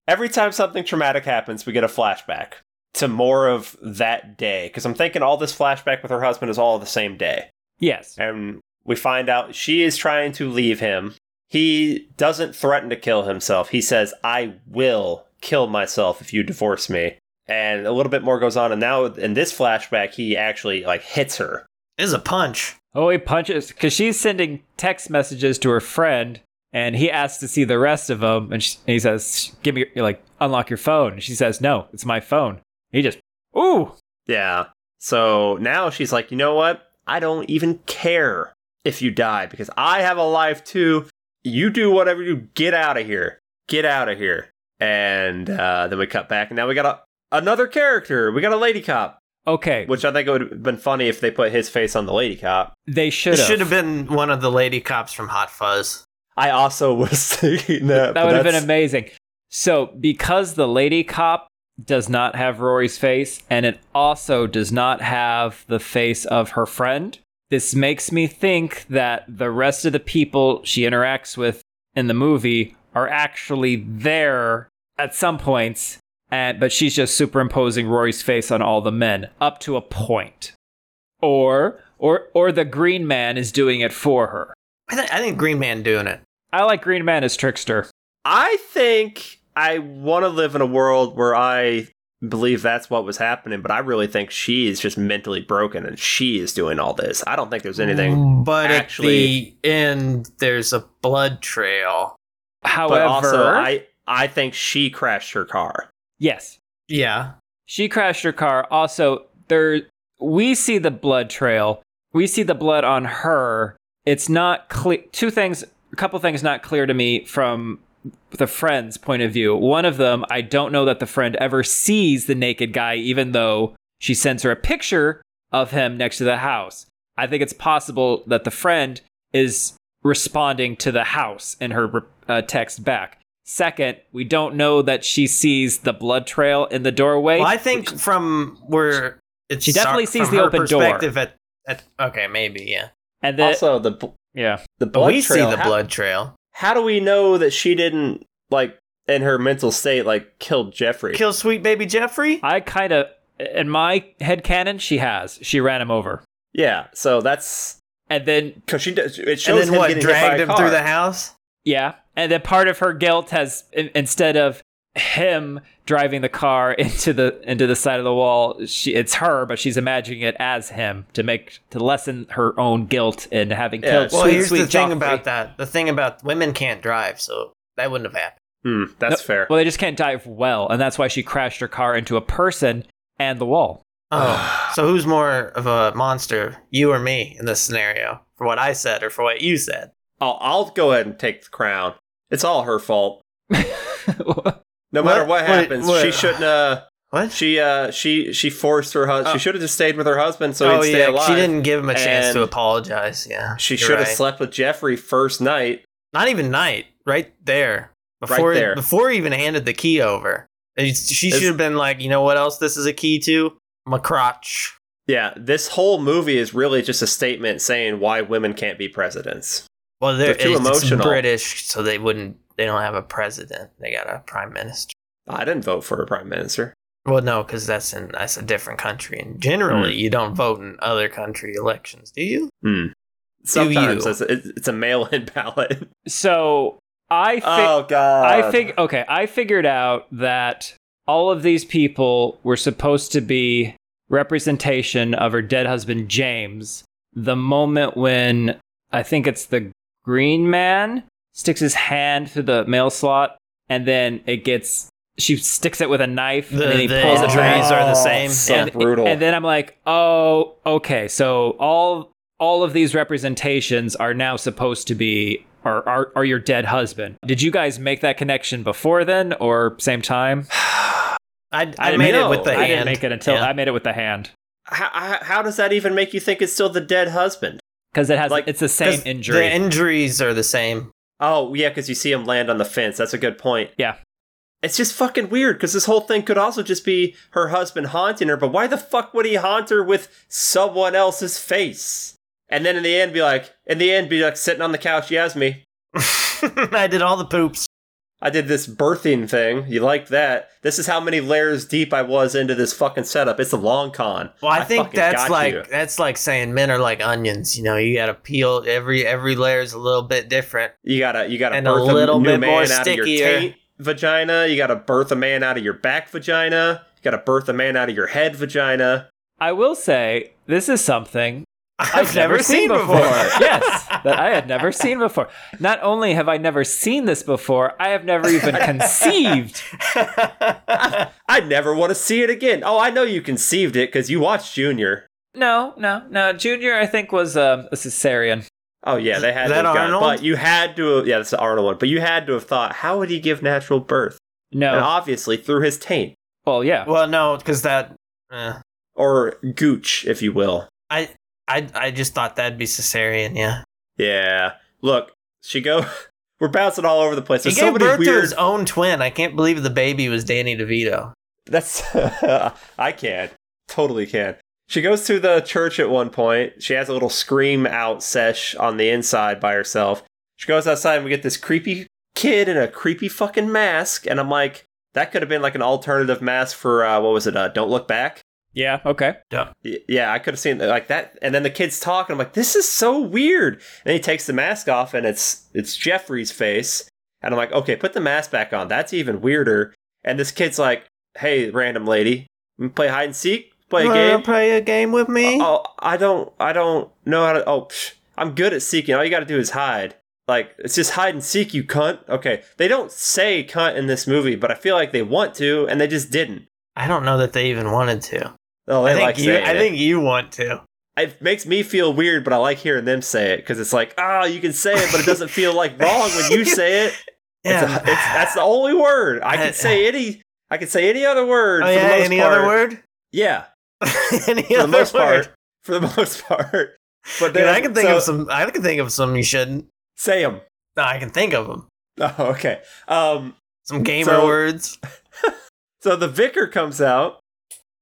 B: Every time something traumatic happens, we get a flashback to more of that day. Because I'm thinking all this flashback with her husband is all the same day.
C: yes,
B: And we find out she is trying to leave him. He doesn't threaten to kill himself. He says, I will kill myself if you divorce me. And a little bit more goes on. And now in this flashback, he actually like hits her.
A: This is a punch.
C: Oh, he punches because she's sending text messages to her friend, and he asks to see the rest of them. And, she, and he says, "Give me your, like unlock your phone." And she says, "No, it's my phone." He just, "Ooh,
B: Yeah. So now she's like, you know what? I don't even care if you die because I have a life too. You do whatever you get out of here. Get out of here. And uh, then we cut back, and now we got a, another character. We got a lady cop.
C: okay."
B: Which I think it would have been funny if they put his face on the lady cop.
C: They
A: It
C: should
A: should have
C: have.
A: been one of the lady cops from Hot Fuzz.
B: I also was thinking that.
C: That would have been amazing. So, because the lady cop does not have Rory's face, and it also does not have the face of her friend, this makes me think that the rest of the people she interacts with in the movie are actually there at some points, and, but she's just superimposing Rory's face on all the men up to a point. Or, or, or the Green Man is doing it for her.
D: I, th- I think Green Man doing it.
C: I like Green Man as Trickster.
B: I think I want to live in a world where I believe that's what was happening, but I really think she is just mentally broken and she is doing all this. I don't think there's anything.
A: But at
B: Actually-
A: the end, there's a blood trail.
C: However,
B: But also, I I think she crashed her car.
C: yes,
A: Yeah.
C: she crashed her car. Also, there we see the blood trail. We see the blood on her. It's not clear. Two things, a couple things, not clear to me from the friend's point of view. One of them, I don't know that the friend ever sees the naked guy, even though she sends her a picture of him next to the house. I think it's possible that the friend is responding to the house in her uh, text back. Second, we don't know that she sees the blood trail in the doorway.
D: Well, I think from where it's
C: She definitely
D: from
C: sees the
D: her
C: open door.
D: perspective At, at okay, maybe yeah.
C: and then,
B: also, the bl-
C: yeah,
B: the
A: But
B: blood
A: we
B: trail,
A: see the
B: how-
A: blood trail.
B: How do we know that she didn't like in her mental state like kill Jeffrey?
D: Kill sweet baby Jeffrey.
C: I kind of, in my head canon, she has. She ran him over,
B: yeah, so that's
C: and then
B: because she does. It
A: And
B: shows
A: then
B: him
A: what?
B: getting hit by
A: Dragged
B: a
A: him through
B: car.
A: the house?
C: yeah, and then part of her guilt has in, instead of him driving the car into the into the side of the wall, she it's her, but she's imagining it as him to make to lessen her own guilt in having
B: Yeah,
C: killed.
B: well,
C: sweet,
D: here's
C: sweet
D: the thing
C: Joffrey.
D: about that. The thing about women can't drive, so that wouldn't have happened.
B: Hmm, that's
C: No,
B: fair.
C: Well, they just can't dive well, and that's why she crashed her car into a person and the wall.
D: Oh, so who's more of a monster, you or me, in this scenario? For what I said or for what you said?
B: I'll, I'll go ahead and take the crown. It's all her fault. No
D: What?
B: matter what
D: Wait,
B: happens,
D: what?
B: she shouldn't. Uh,
D: What?
B: she uh, she she forced her husband.
D: Oh.
B: She should have just stayed with her husband so
D: oh
B: he'd stay
D: yeah,
B: alive.
D: she didn't give him a chance to
B: and-
D: apologize. Yeah,
B: She
D: you're
B: should have
D: right.
B: slept with Jeffrey first night.
D: Not even night, right there. Before
B: there.
D: before he even handed the key over, And she
B: It's-
D: should have been like, you know what else? This is a key to my crotch.
B: Yeah, this whole movie is really just a statement saying why women can't be presidents.
D: Well, they're,
B: They're too
D: it's- it's
B: emotional.
D: British, so they wouldn't. They don't have a president. They got a prime minister.
B: I didn't vote for a prime minister.
D: Well, no, because that's in that's a different country. And generally, you don't vote in other country elections, do you?
B: Hmm. Sometimes
D: you?
B: it's, it's it's a mail-in ballot.
C: So I think.
B: oh God!
C: I fig okay, I figured out that all of these people were supposed to be representation of her dead husband James. The moment when I think it's the green man sticks his hand through the mail slot and then it gets she sticks it with a knife,
A: The,
C: and then he
A: the
C: pulls it back. Oh,
A: injuries are the same.
B: so
A: And-
B: brutal.
C: And then I'm like, oh, okay. So all all of these representations are now supposed to be are are, are your dead husband. Did you guys make that connection before then or same time?
A: I, I
C: didn't
A: made
C: know.
A: it with the
C: I
A: hand.
C: didn't make it until
A: Yeah.
C: I made it with the hand
B: how, how- how does that even make you think it's still the dead husband?
C: because it has
B: Like,
C: like, it's the
A: 'Cause
C: same injury.
A: The injuries are the same.
B: Oh, yeah, because you see him land on the fence. That's a good point.
C: Yeah.
B: It's just fucking weird because this whole thing could also just be her husband haunting her, but why the fuck would he haunt her with someone else's face? And then in the end, be like, in the end, be like sitting on the couch, he has me.
A: I did all the poops.
B: I did this birthing thing. You like that? This is how many layers deep I was into this fucking setup. It's a long con.
A: Well, I, think
B: fucking
A: that's
B: got
A: like
B: you.
A: that's like saying men are like onions. You know, you got to peel every every layer is a little bit different.
B: You gotta you gotta
A: And a
B: birth a,
A: little
B: new
A: bit
B: man
A: more
B: out of your
A: stickier.
B: taint vagina. You gotta birth a man out of your back vagina. You gotta birth a man out of your head vagina.
C: I will say this is something
A: I've,
C: I've never, seen before. yes, that I had never seen before. Not only have I never seen this before, I have never even conceived.
B: I never want to see it again. Oh, I know you conceived it because you watched Junior.
C: No, no, no. Junior, I think was um, a cesarean.
B: Oh yeah, they had
A: Is that
B: to have gone-
A: Arnold?
B: but you had to. Have, yeah, that's the Arnold one. But you had to have thought, how would he give natural birth?
C: No,
A: Oh.
B: And obviously through his taint
C: Well, yeah.
A: well, no, because that uh,
B: or gooch, if you will.
A: I I I just thought that'd be cesarean. Yeah,
B: Yeah. Look, she go. We're bouncing all over the place.
A: he
B: There's so
A: gave
B: many
A: birth to
B: weird.
A: his own twin. I can't believe the baby was Danny DeVito.
B: That's I can totally can. She goes to the church at one point. She has a little scream out sesh on the inside by herself. She goes outside and we get this creepy kid in a creepy fucking mask. And I'm like, that could have been like an alternative mask for uh, what was it? Uh, Don't look back.
C: Yeah, okay.
B: Y- yeah, I could have seen like that. And then the kid's talking. I'm like, this is so weird. And he takes the mask off, and it's it's Jeffrey's face. And I'm like, okay, put the mask back on. That's even weirder. And this kid's like, hey, random lady, you play hide and seek, play a game.
A: play a game with me?
B: Oh, I don't, I don't know how to. Oh, psh, I'm good at seeking. All you got to do is hide. Like it's just hide and seek, you cunt. Okay, they don't say cunt in this movie, but I feel like they want to, and they just didn't.
A: I don't know that they even wanted to.
B: Oh, they
A: I think
B: like
A: you.
B: saying
A: I
B: it.
A: think you want to.
B: it makes me feel weird, but I like hearing them say it because it's like, ah, you can say it, but it doesn't feel like wrong when you say it. It's a, it's, that's the only word I can say. Any I can say any other word.
A: Oh,
B: for
A: yeah,
B: the most
A: any
B: part.
A: other word?
B: Yeah,
A: any
B: for the
A: other
B: most
A: word?
B: part. For the most part. But
A: Dude,
B: then
A: I can think
B: so-
A: of some. I can think of some you shouldn't.
B: Say them.
A: No, I can think of them.
B: Oh, okay. Um,
A: Some gamer
B: So-
A: words.
B: So the vicar comes out,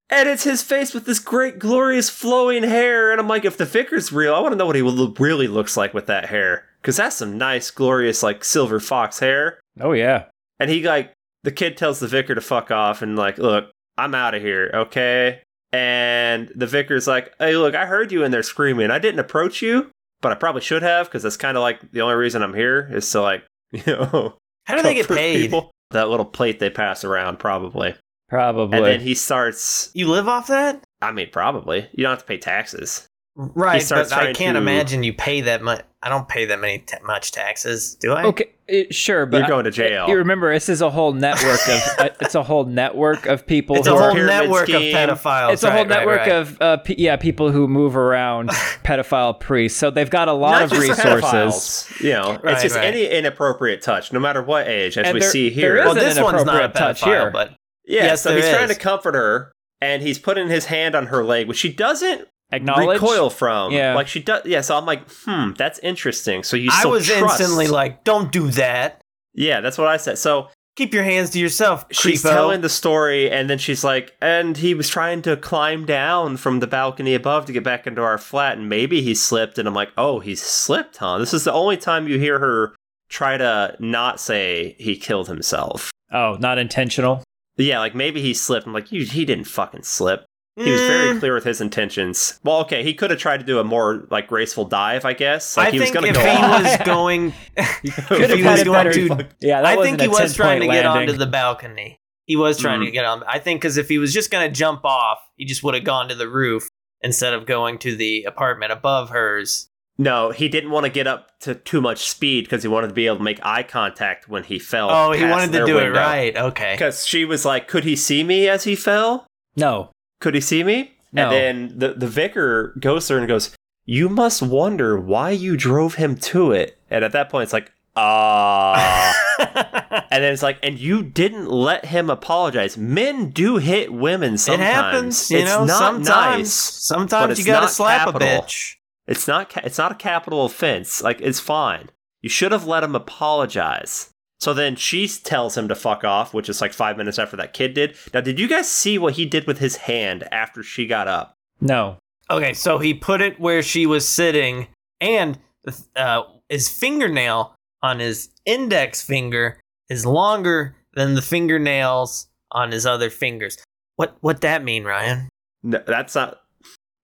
B: and it's his face with this great, glorious, flowing hair. And I'm like, if the vicar's real, I want to know what he lo- really looks like with that hair, because that's some nice, glorious, like silver fox hair.
C: Oh, yeah.
B: And he like, the kid tells the vicar to fuck off, and like, look, I'm out of here, okay? And the vicar's like, hey, look, I heard you in there screaming. I didn't approach you, but I probably should have, because that's kind of like the only reason I'm here is to like, you know,
A: How do they get
B: comfort
A: paid?
B: people. That little plate they pass around, probably.
C: Probably.
B: And then he starts.
A: You live off that,
B: I mean, probably you don't have to pay taxes.
A: right?
B: starts
A: But I
B: trying
A: can't
B: to-
A: imagine you pay that much. I don't pay that many ta- much taxes, do I?
C: okay, it, sure, but
B: You're going to jail.
C: you remember this is a whole network of uh, it's a whole network of people
A: It's
C: who
A: a
C: are-
A: whole
B: Pyramid
A: network
B: scheme.
A: of pedophiles.
C: it's a whole
A: right, right,
C: network
A: right.
C: of uh, pe yeah people who move around pedophile priests. So they've got a lot
B: Not
C: of
B: just
C: resources.
B: pedophiles, You know,
A: Right,
B: it's just
A: right.
B: any inappropriate touch, no matter what age, as
C: And
B: we
C: there-
B: see
C: there
B: here.
C: is
A: Well,
C: Isn't
A: this one's not a
C: inappropriate touch
A: pedophile,
C: here.
A: but
B: yeah,
A: yes,
B: so he's
A: there
B: trying to
A: is.
B: comfort her, and he's putting his hand on her leg, which she doesn't
C: Acknowledge.
B: recoil from.
C: Yeah.
B: like she does. Yeah, so I'm like, hmm, that's interesting. So you
A: I
B: still
A: was
B: trust-
A: instantly like, "Don't do that.
B: yeah, that's what I said. So
A: Keep your hands to yourself,
B: she's
A: creepo."
B: telling the story and then she's like and he was trying to climb down from the balcony above to get back into our flat and maybe he slipped and i'm like oh he slipped huh this is the only time you hear her try to not say he killed himself
C: Oh, not intentional.
B: yeah like maybe he slipped i'm like you, he didn't fucking slip he was very
A: Mm,
B: clear with his intentions well okay he could have tried to do a more like graceful dive i guess like
A: I
B: he
A: think
B: was gonna
A: if
B: go
A: he
B: off.
A: was going,
C: Could
A: If
C: have
A: he
C: had
A: was
C: a
A: going
C: better-
A: to-
C: yeah, that
A: I
C: wasn't
A: think he
C: a
A: was
C: 10-point
A: trying to get
C: landing.
A: onto the balcony. He was trying to
B: Mm.
A: get on. I think because if he was just going to jump off, he just would have gone to the roof instead of going to the apartment above hers
B: No, he didn't want to get up to too much speed because he wanted to be able to make eye contact when he fell.
A: Oh, he
B: past
A: wanted to
B: their
A: do it
B: window.
A: right. Okay.
B: Because she was like, could he see me as he fell?
C: No.
B: Could he see me?
C: No.
B: And then the, the vicar goes there and goes, You must wonder why you drove him to it. And at that point, it's like, Ah. and then it's like, And you didn't let him apologize. Men do hit women sometimes.
A: It happens, you
B: it's
A: know.
B: not
A: sometimes,
B: nice. but
A: sometimes
B: it's
A: you gotta
B: not
A: slap
B: capital.
A: a bitch.
B: It's not, ca- it's not a capital offense. Like, it's fine. You should have let him apologize. So then she tells him to fuck off, which is like five minutes after that kid did. Now, did you guys see what he did with his hand after she got up?
C: No.
A: Okay, so he put it where she was sitting, and uh, his fingernail on his index finger is longer than the fingernails on his other fingers. What what that mean, Ryan?
B: No, that's not.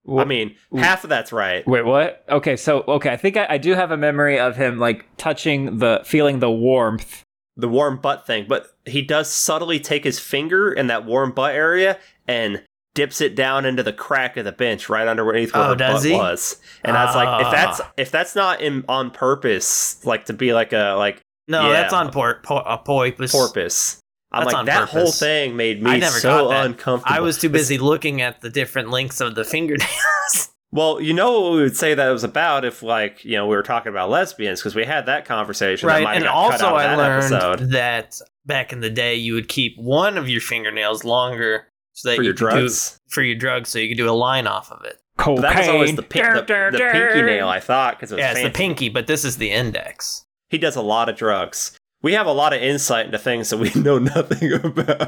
C: Wh-
B: I mean, half of that's right.
C: Wait, what? Okay, so okay, I think I, I do have a memory of him like touching the, feeling the warmth.
B: The warm butt thing, but he does subtly take his finger in that warm butt area and dips it down into the crack of the bench right underneath where
A: Oh,
B: her
A: does
B: butt
A: he?
B: was. And I was like, if
A: Ah.
B: that's if that's not in, on purpose, like to be like a like
A: No,
B: Yeah.
A: that's on por- por- a porpoise.
B: porpoise. I'm
A: That's
B: like
A: on
B: that
A: purpose.
B: whole thing made me
A: I never
B: so
A: got that.
B: uncomfortable.
A: I was too busy looking at the different lengths of the fingernails.
B: Well, you know what we would say that it was about if like you know we were talking about lesbians because we had that conversation. that
A: right,
B: might have
A: and
B: got cut
A: also
B: out of
A: I
B: that
A: learned
B: episode.
A: that back in the day you would keep one of your fingernails longer so that
B: for
A: you
B: your
A: could do-
B: drugs.
A: for your drugs, so you could do a line off of it.
C: Cocaine.
B: But that was always the, pin- the, the pinky nail, I thought, because it was
A: yeah, it's the
B: fancy.
A: pinky, but this is the index.
B: He does a lot of drugs. We have a lot of insight into things that we know nothing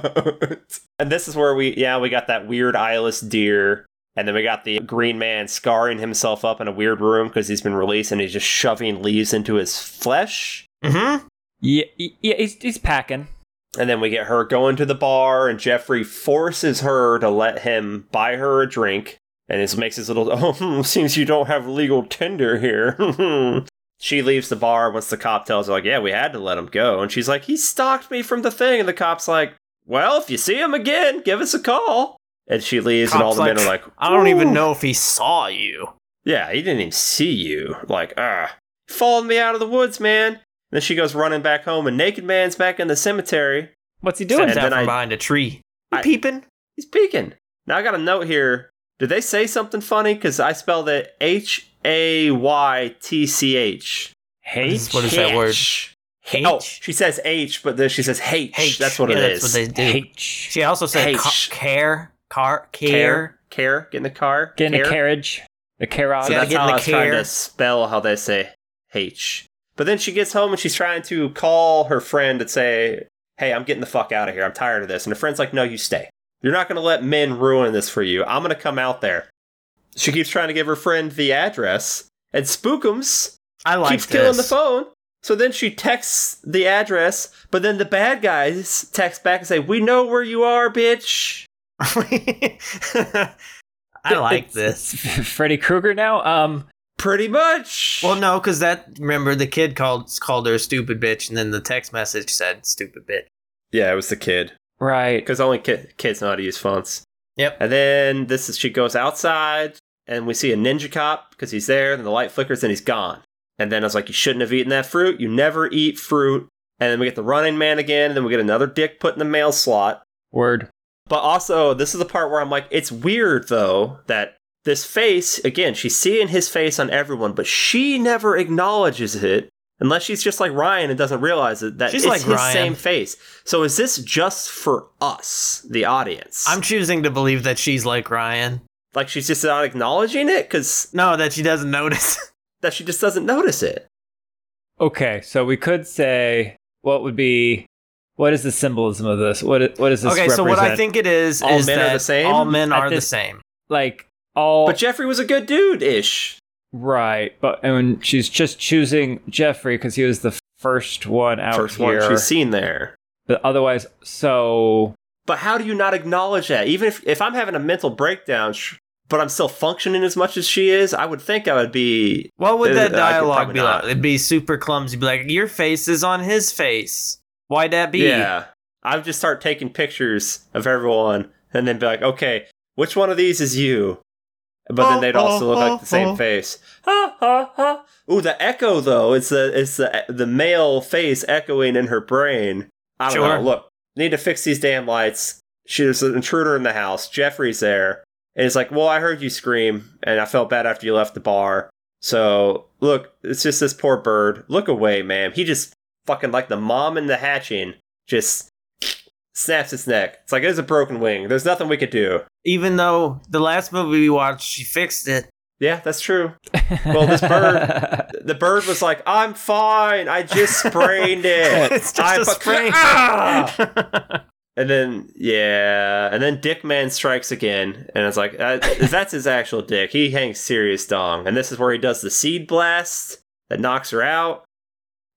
B: about. and this is where we, yeah, we got that weird eyeless deer. And then we got the green man scarring himself up in a weird room because he's been released and he's just shoving leaves into his flesh.
A: Mm-hmm.
C: Yeah, y- yeah, he's he's packing.
B: And then we get her going to the bar, and Jeffrey forces her to let him buy her a drink. And this makes his little, oh, hmm, seems you don't have legal tender here. she leaves the bar once the cop tells her, like, yeah, we had to let him go. And she's like, he stalked me from the thing. And the cop's like, well, if you see him again, give us a call. And she leaves, and all
A: Cop's
B: the men
A: like,
B: are like,
A: I don't
B: "Ooh."
A: even know if he saw you.
B: Yeah, he didn't even see you. Like, ah, followed me out of the woods, man. And then she goes running back home, and Naked Man's back in the cemetery.
C: What's he doing?
A: Steps
B: And
A: out
B: then
A: from
B: I-
A: behind a tree. You
B: I-
A: peeping?
B: He's peeking. Now I got a note here. Did they say something funny? Because I spelled it H A Y T C H.
A: What is- what is that word? H.
B: Oh, she says H, but then she says H.
A: H.
B: That's what
A: yeah,
B: it is.
A: that's what they do.
C: H.
A: She also said
B: H.
A: ca- care, car, care.
B: care, care, get in the car,
C: Get in
B: care.
C: a carriage. The carriage.
B: So
A: Gotta
B: that's
A: get in
B: how
A: the
B: I was trying
A: care.
B: to spell how they say H. But then she gets home and she's trying to call her friend and say, "Hey, I'm getting the fuck out of here. I'm tired of this." And her friend's like, "No, you stay. You're not going to let men ruin this for you. I'm going to come out there." She keeps trying to give her friend the address, and Spookums
A: I like
B: keeps
A: this.
B: killing the phone. So then she texts the address, but then the bad guys text back and say, "We know where you are, bitch."
A: I like
C: It's-
A: this.
C: it's Freddy Krueger now. Um,
B: Pretty much.
A: Well, no, because that remember the kid called called her a stupid bitch, and then the text message said stupid bitch.
B: yeah, it was the kid.
C: right.
B: because only ki- kids know how to use phones.
A: Yep.
B: And then this is she goes outside, and we see a ninja cop because he's there, and the light flickers, and he's gone. And then I was like, you shouldn't have eaten that fruit. You never eat fruit. And then we get the running man again, and then we get another dick put in the mail slot.
C: Word.
B: But also, this is the part where I'm like, it's weird though that this face again, she's seeing his face on everyone, but she never acknowledges it unless she's just like Ryan and doesn't realize it that
A: She's
B: it's
A: like
B: his
A: Ryan.
B: same face. So is this just for us, the audience?
A: I'm choosing to believe that she's like Ryan.
B: like she's just not acknowledging it because
A: No, that she doesn't notice.
B: that she just doesn't notice it.
C: Okay, so we could say what would be, what is the symbolism of this? What i- what does this
A: okay, so
C: represent?
A: what I think it is
B: All
A: is
B: men are
A: that
B: the same?
A: all men
C: At
A: are the
C: this-
A: same.
C: like all right,
B: But Jeffrey was a good dude ish.
C: but and she's just choosing Jeffrey because he was the first one out
B: First
C: here.
B: one she's seen there.
C: but otherwise, so
B: But how do you not acknowledge that? Even if, if I'm having a mental breakdown, sh- but I'm still functioning as much as she is, I would think I would be.
A: What would
B: Uh, I
A: that
B: could
A: dialogue
B: probably
A: be
B: not.
A: like? It'd be super clumsy. Be like, your face is on his face. Why'd that be?
B: Yeah. I would just start taking pictures of everyone and then be like, okay, which one of these is you? but then they'd also look like the same face. Ha ha ha. Ooh, the echo though. It's the it's the the male face echoing in her brain. I don't
A: Sure.
B: know. Look, need to fix these damn lights. She, there's an intruder in the house. Jeffrey's there, and it's like, well, I heard you scream, and I felt bad after you left the bar. So look, it's just this poor bird. Look away, ma'am. He just fucking like the mom in the hatching. Just snaps its neck. It's like it's a broken wing. There's nothing we could do.
A: Even though the last movie we watched, she fixed it.
B: Yeah, that's true. Well, this bird- The bird was like, "I'm fine. I just sprained it."
A: it's just
B: I
A: a
B: fu-
A: sprain.
B: Ah! and then yeah, and then Dick Man strikes again, and it's like uh, that's his actual dick. He hangs serious dong, and this is where he does the seed blast that knocks her out.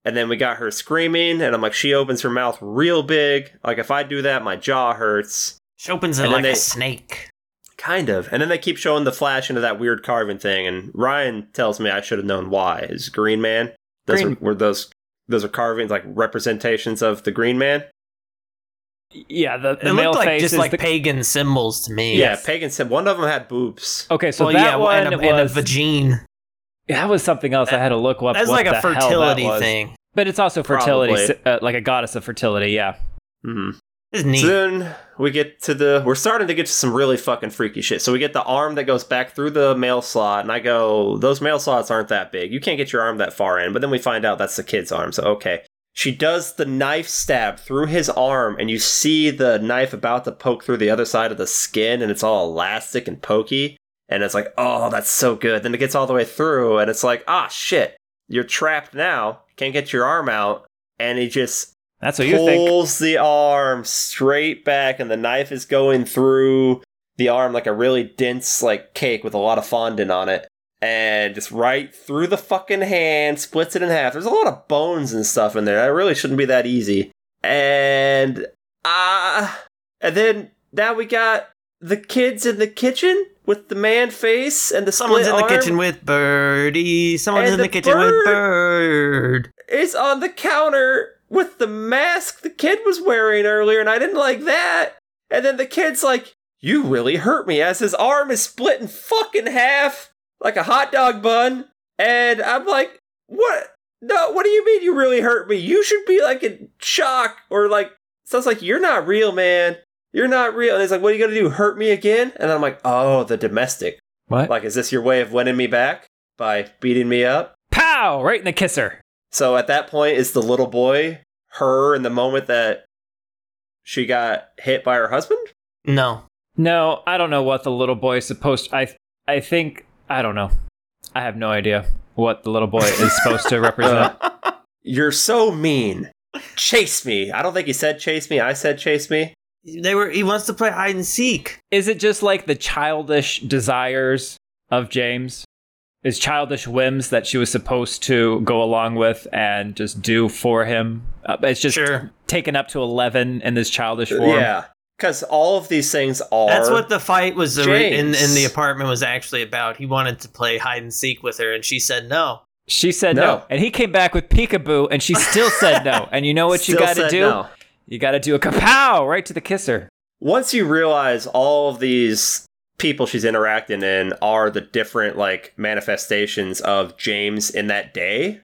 B: And then we got her screaming, and I'm like, she opens her mouth real big. Like if I do that, my jaw hurts.
A: She opens it
B: And then
A: like
B: they-
A: a snake.
B: Kind of. And then they keep showing the flash into that weird carving thing, and Ryan tells me I should have known why. Is Green Man? Those
C: Green-
B: Were, were those those are carvings like representations of the Green Man?
C: yeah, the, the
A: it
C: male
A: looked like
C: face
A: just
C: is
A: like
C: the.
A: pagan symbols to me.
B: Yeah, pagan said one of them had boobs.
C: okay, so
A: well,
C: that
A: yeah,
C: one
A: and a, and a
C: was
A: vagine.
C: that was something else. I had to look up.
A: That's
C: what
A: like a
C: the hell that
A: fertility
C: was.
A: thing.
C: but it's also fertility,
B: Probably.
C: si- uh, like a goddess of fertility. Yeah,
B: Mhm.
A: It's neat.
B: So then we get to the we're starting to get to some really fucking freaky shit. So we get the arm that goes back through the mail slot, and I go, those mail slots aren't that big. You can't get your arm that far in. But then we find out that's the kid's arm. So okay, she does the knife stab through his arm, and you see the knife about to poke through the other side of the skin, and it's all elastic and pokey. And it's like, oh, that's so good. Then it gets all the way through, and it's like, ah, shit, you're trapped now. Can't get your arm out. And he just
C: that's what you think.
B: pulls the arm straight back, and the knife is going through the arm like a really dense like cake with a lot of fondant on it, and just right through the fucking hand, splits it in half. There's a lot of bones and stuff in there. That really shouldn't be that easy. And ah, and then now we got the kids in the kitchen with the man face and the
A: Someone's in
B: split
A: the
B: arm
A: kitchen with birdie. Someone's in
B: And
A: the,
B: the
A: kitchen
B: bird.
A: with bird.
B: is on the counter with the mask the kid was wearing earlier, and I didn't like that. And then the kid's like, You really hurt me, as his arm is split in fucking half like a hot dog bun. And I'm like, What? No, what do you mean you really hurt me? You should be like in shock or like, sounds like you're not real, man. You're not real. And he's like, What are you gonna do? Hurt me again? And I'm like, Oh, the domestic.
C: What?
B: Like, is this your way of winning me back by beating me up?
C: Pow! Right in the kisser.
B: So at that point, it's the little boy, her, in the moment that she got hit by her husband.
A: No.
C: No, I don't know what the little boy is supposed. I I think I don't know. I have no idea what the little boy is supposed to represent.
B: You're so mean. Chase me. I don't think he said chase me. I said chase me.
A: They were he wants to play hide and seek.
C: Is it just like the childish desires of James? His childish whims that she was supposed to go along with and just do for him? Uh, it's just
A: Sure.
C: taken up to 11 in this childish form.
B: Yeah. Because all of these things are.
A: That's what the fight was ori- in
B: James.
A: in the apartment was actually about. He wanted to play hide and seek with her and she said no.
C: She said no.
B: No.
C: And he came back with peekaboo and she still said no. And you know what you
B: Still
C: got to
B: said
C: do?
B: no.
C: You got to do a kapow right to the kisser.
B: once you realize all of these people she's interacting in are the different like manifestations of James in that day,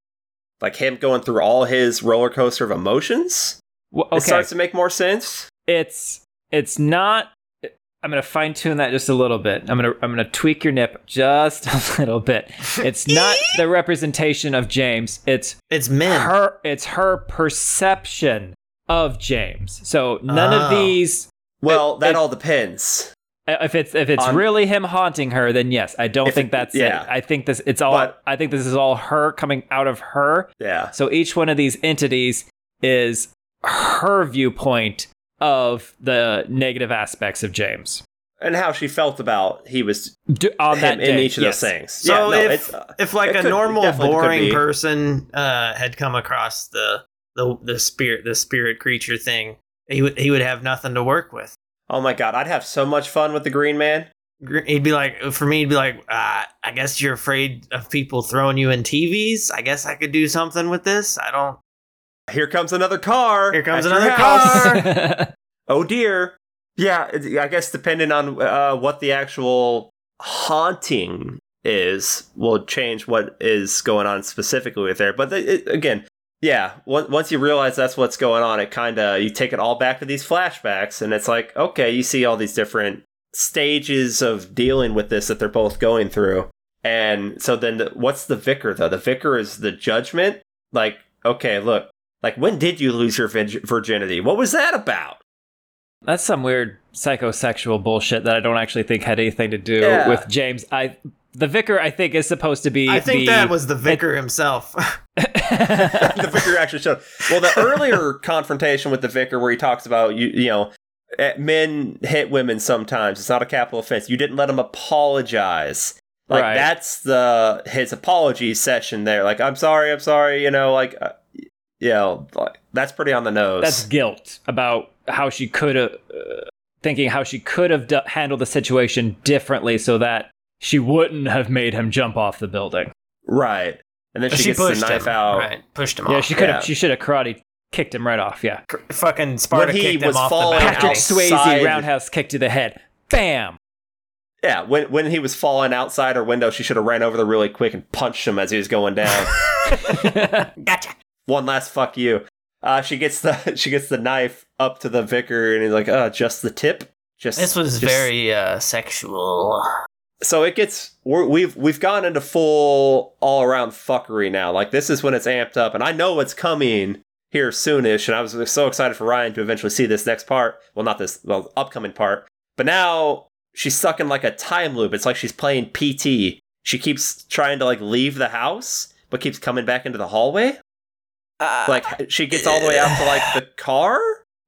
B: like him going through all his roller coaster of emotions,
C: Well, okay.
B: it starts to make more sense.
C: it's it's not i'm gonna fine-tune that just a little bit i'm gonna i'm gonna tweak your nip just a little bit it's not the representation of james it's
A: It's men.
C: her it's her perception of james so none
A: Oh.
C: of these
B: Well, that
C: it-
B: all depends.
C: if it's if it's
B: On-
C: really him haunting her then yes i don't
B: If
C: think
B: it-
C: that's
B: yeah.
C: it i think this it's all
B: But-
C: i think this is all her coming out of her
B: Yeah.
C: so each one of these entities is her viewpoint of the negative aspects of james
B: And how she felt about he was
C: D on that
B: him in
C: day,
B: each of
C: yes.
B: those things.
A: So
B: yeah, no,
A: if-
B: it's, uh,
A: if like
B: It
A: a
B: could-
A: normal
B: definitely could
A: boring
B: be.
A: person uh, had come across the the the spirit the spirit creature thing, he would he would have nothing to work with.
B: oh my god, I'd have so much fun with the Green Man.
A: Gr- He'd be like, for me, he'd be like, uh, I guess you're afraid of people throwing you in TVs. I guess I could do something with this. I don't.
B: Here comes another car.
A: Here comes
B: at your
A: another
B: house.
A: car.
B: oh dear. Yeah, it- I guess depending on uh, what the actual haunting is will change what is going on specifically with there. But it, again, yeah, on- once you realize that's what's going on, it kind of you take it all back to these flashbacks, and it's like okay, you see all these different stages of dealing with this that they're both going through. And so then, the, what's the vicar though? The vicar is the judgment. Like, okay, look, like when did you lose your vig- virginity? What was that about?
C: That's some weird psychosexual bullshit that I don't actually think had anything to do
B: Yeah.
C: with James. I the vicar I think is supposed to be
A: I think
C: the,
A: that was the vicar himself.
B: the vicar actually showed. Well, the earlier confrontation with the vicar where he talks about you, you know, eh, men hit women sometimes. It's not a capital offense. You didn't let him apologize. Like
C: Right.
B: that's the his apology session there. Like I'm sorry, I'm sorry. You know, like uh, you know, like, that's pretty on the nose.
C: that's guilt about how she could have uh, thinking how she could have d- handled the situation differently so that she wouldn't have made him jump off the building.
B: right. And then she,
A: she
B: gets
A: pushed
B: the knife
A: him.
B: out.
A: Right, pushed him
C: yeah,
A: off.
C: she could
B: yeah.
C: have. She should have karate kicked him right off. Yeah,
A: Cr- fucking Sparta
B: When he
A: kicked him
B: was
A: off
B: falling
A: the balcony.
C: Patrick
B: outside-
C: Swayze roundhouse kick to the head. Bam.
B: Yeah, when when he was falling outside her window, she should have ran over there really quick and punched him as he was going down.
A: Gotcha.
B: one last fuck you. Uh, she gets the she gets the knife up to the vicar, and he's like, "Uh, just the tip." Just
A: This was
B: just-
A: very uh, sexual.
B: So it gets we're, we've we've gone into full all around fuckery now. Like this is when it's amped up, and I know it's coming here soonish. And I was so excited for Ryan to eventually see this next part. Well, not this, well, upcoming part. But now she's stuck in like a time loop. It's like she's playing PT. She keeps trying to like leave the house, but keeps coming back into the hallway Uh, like she gets all the way out to like the car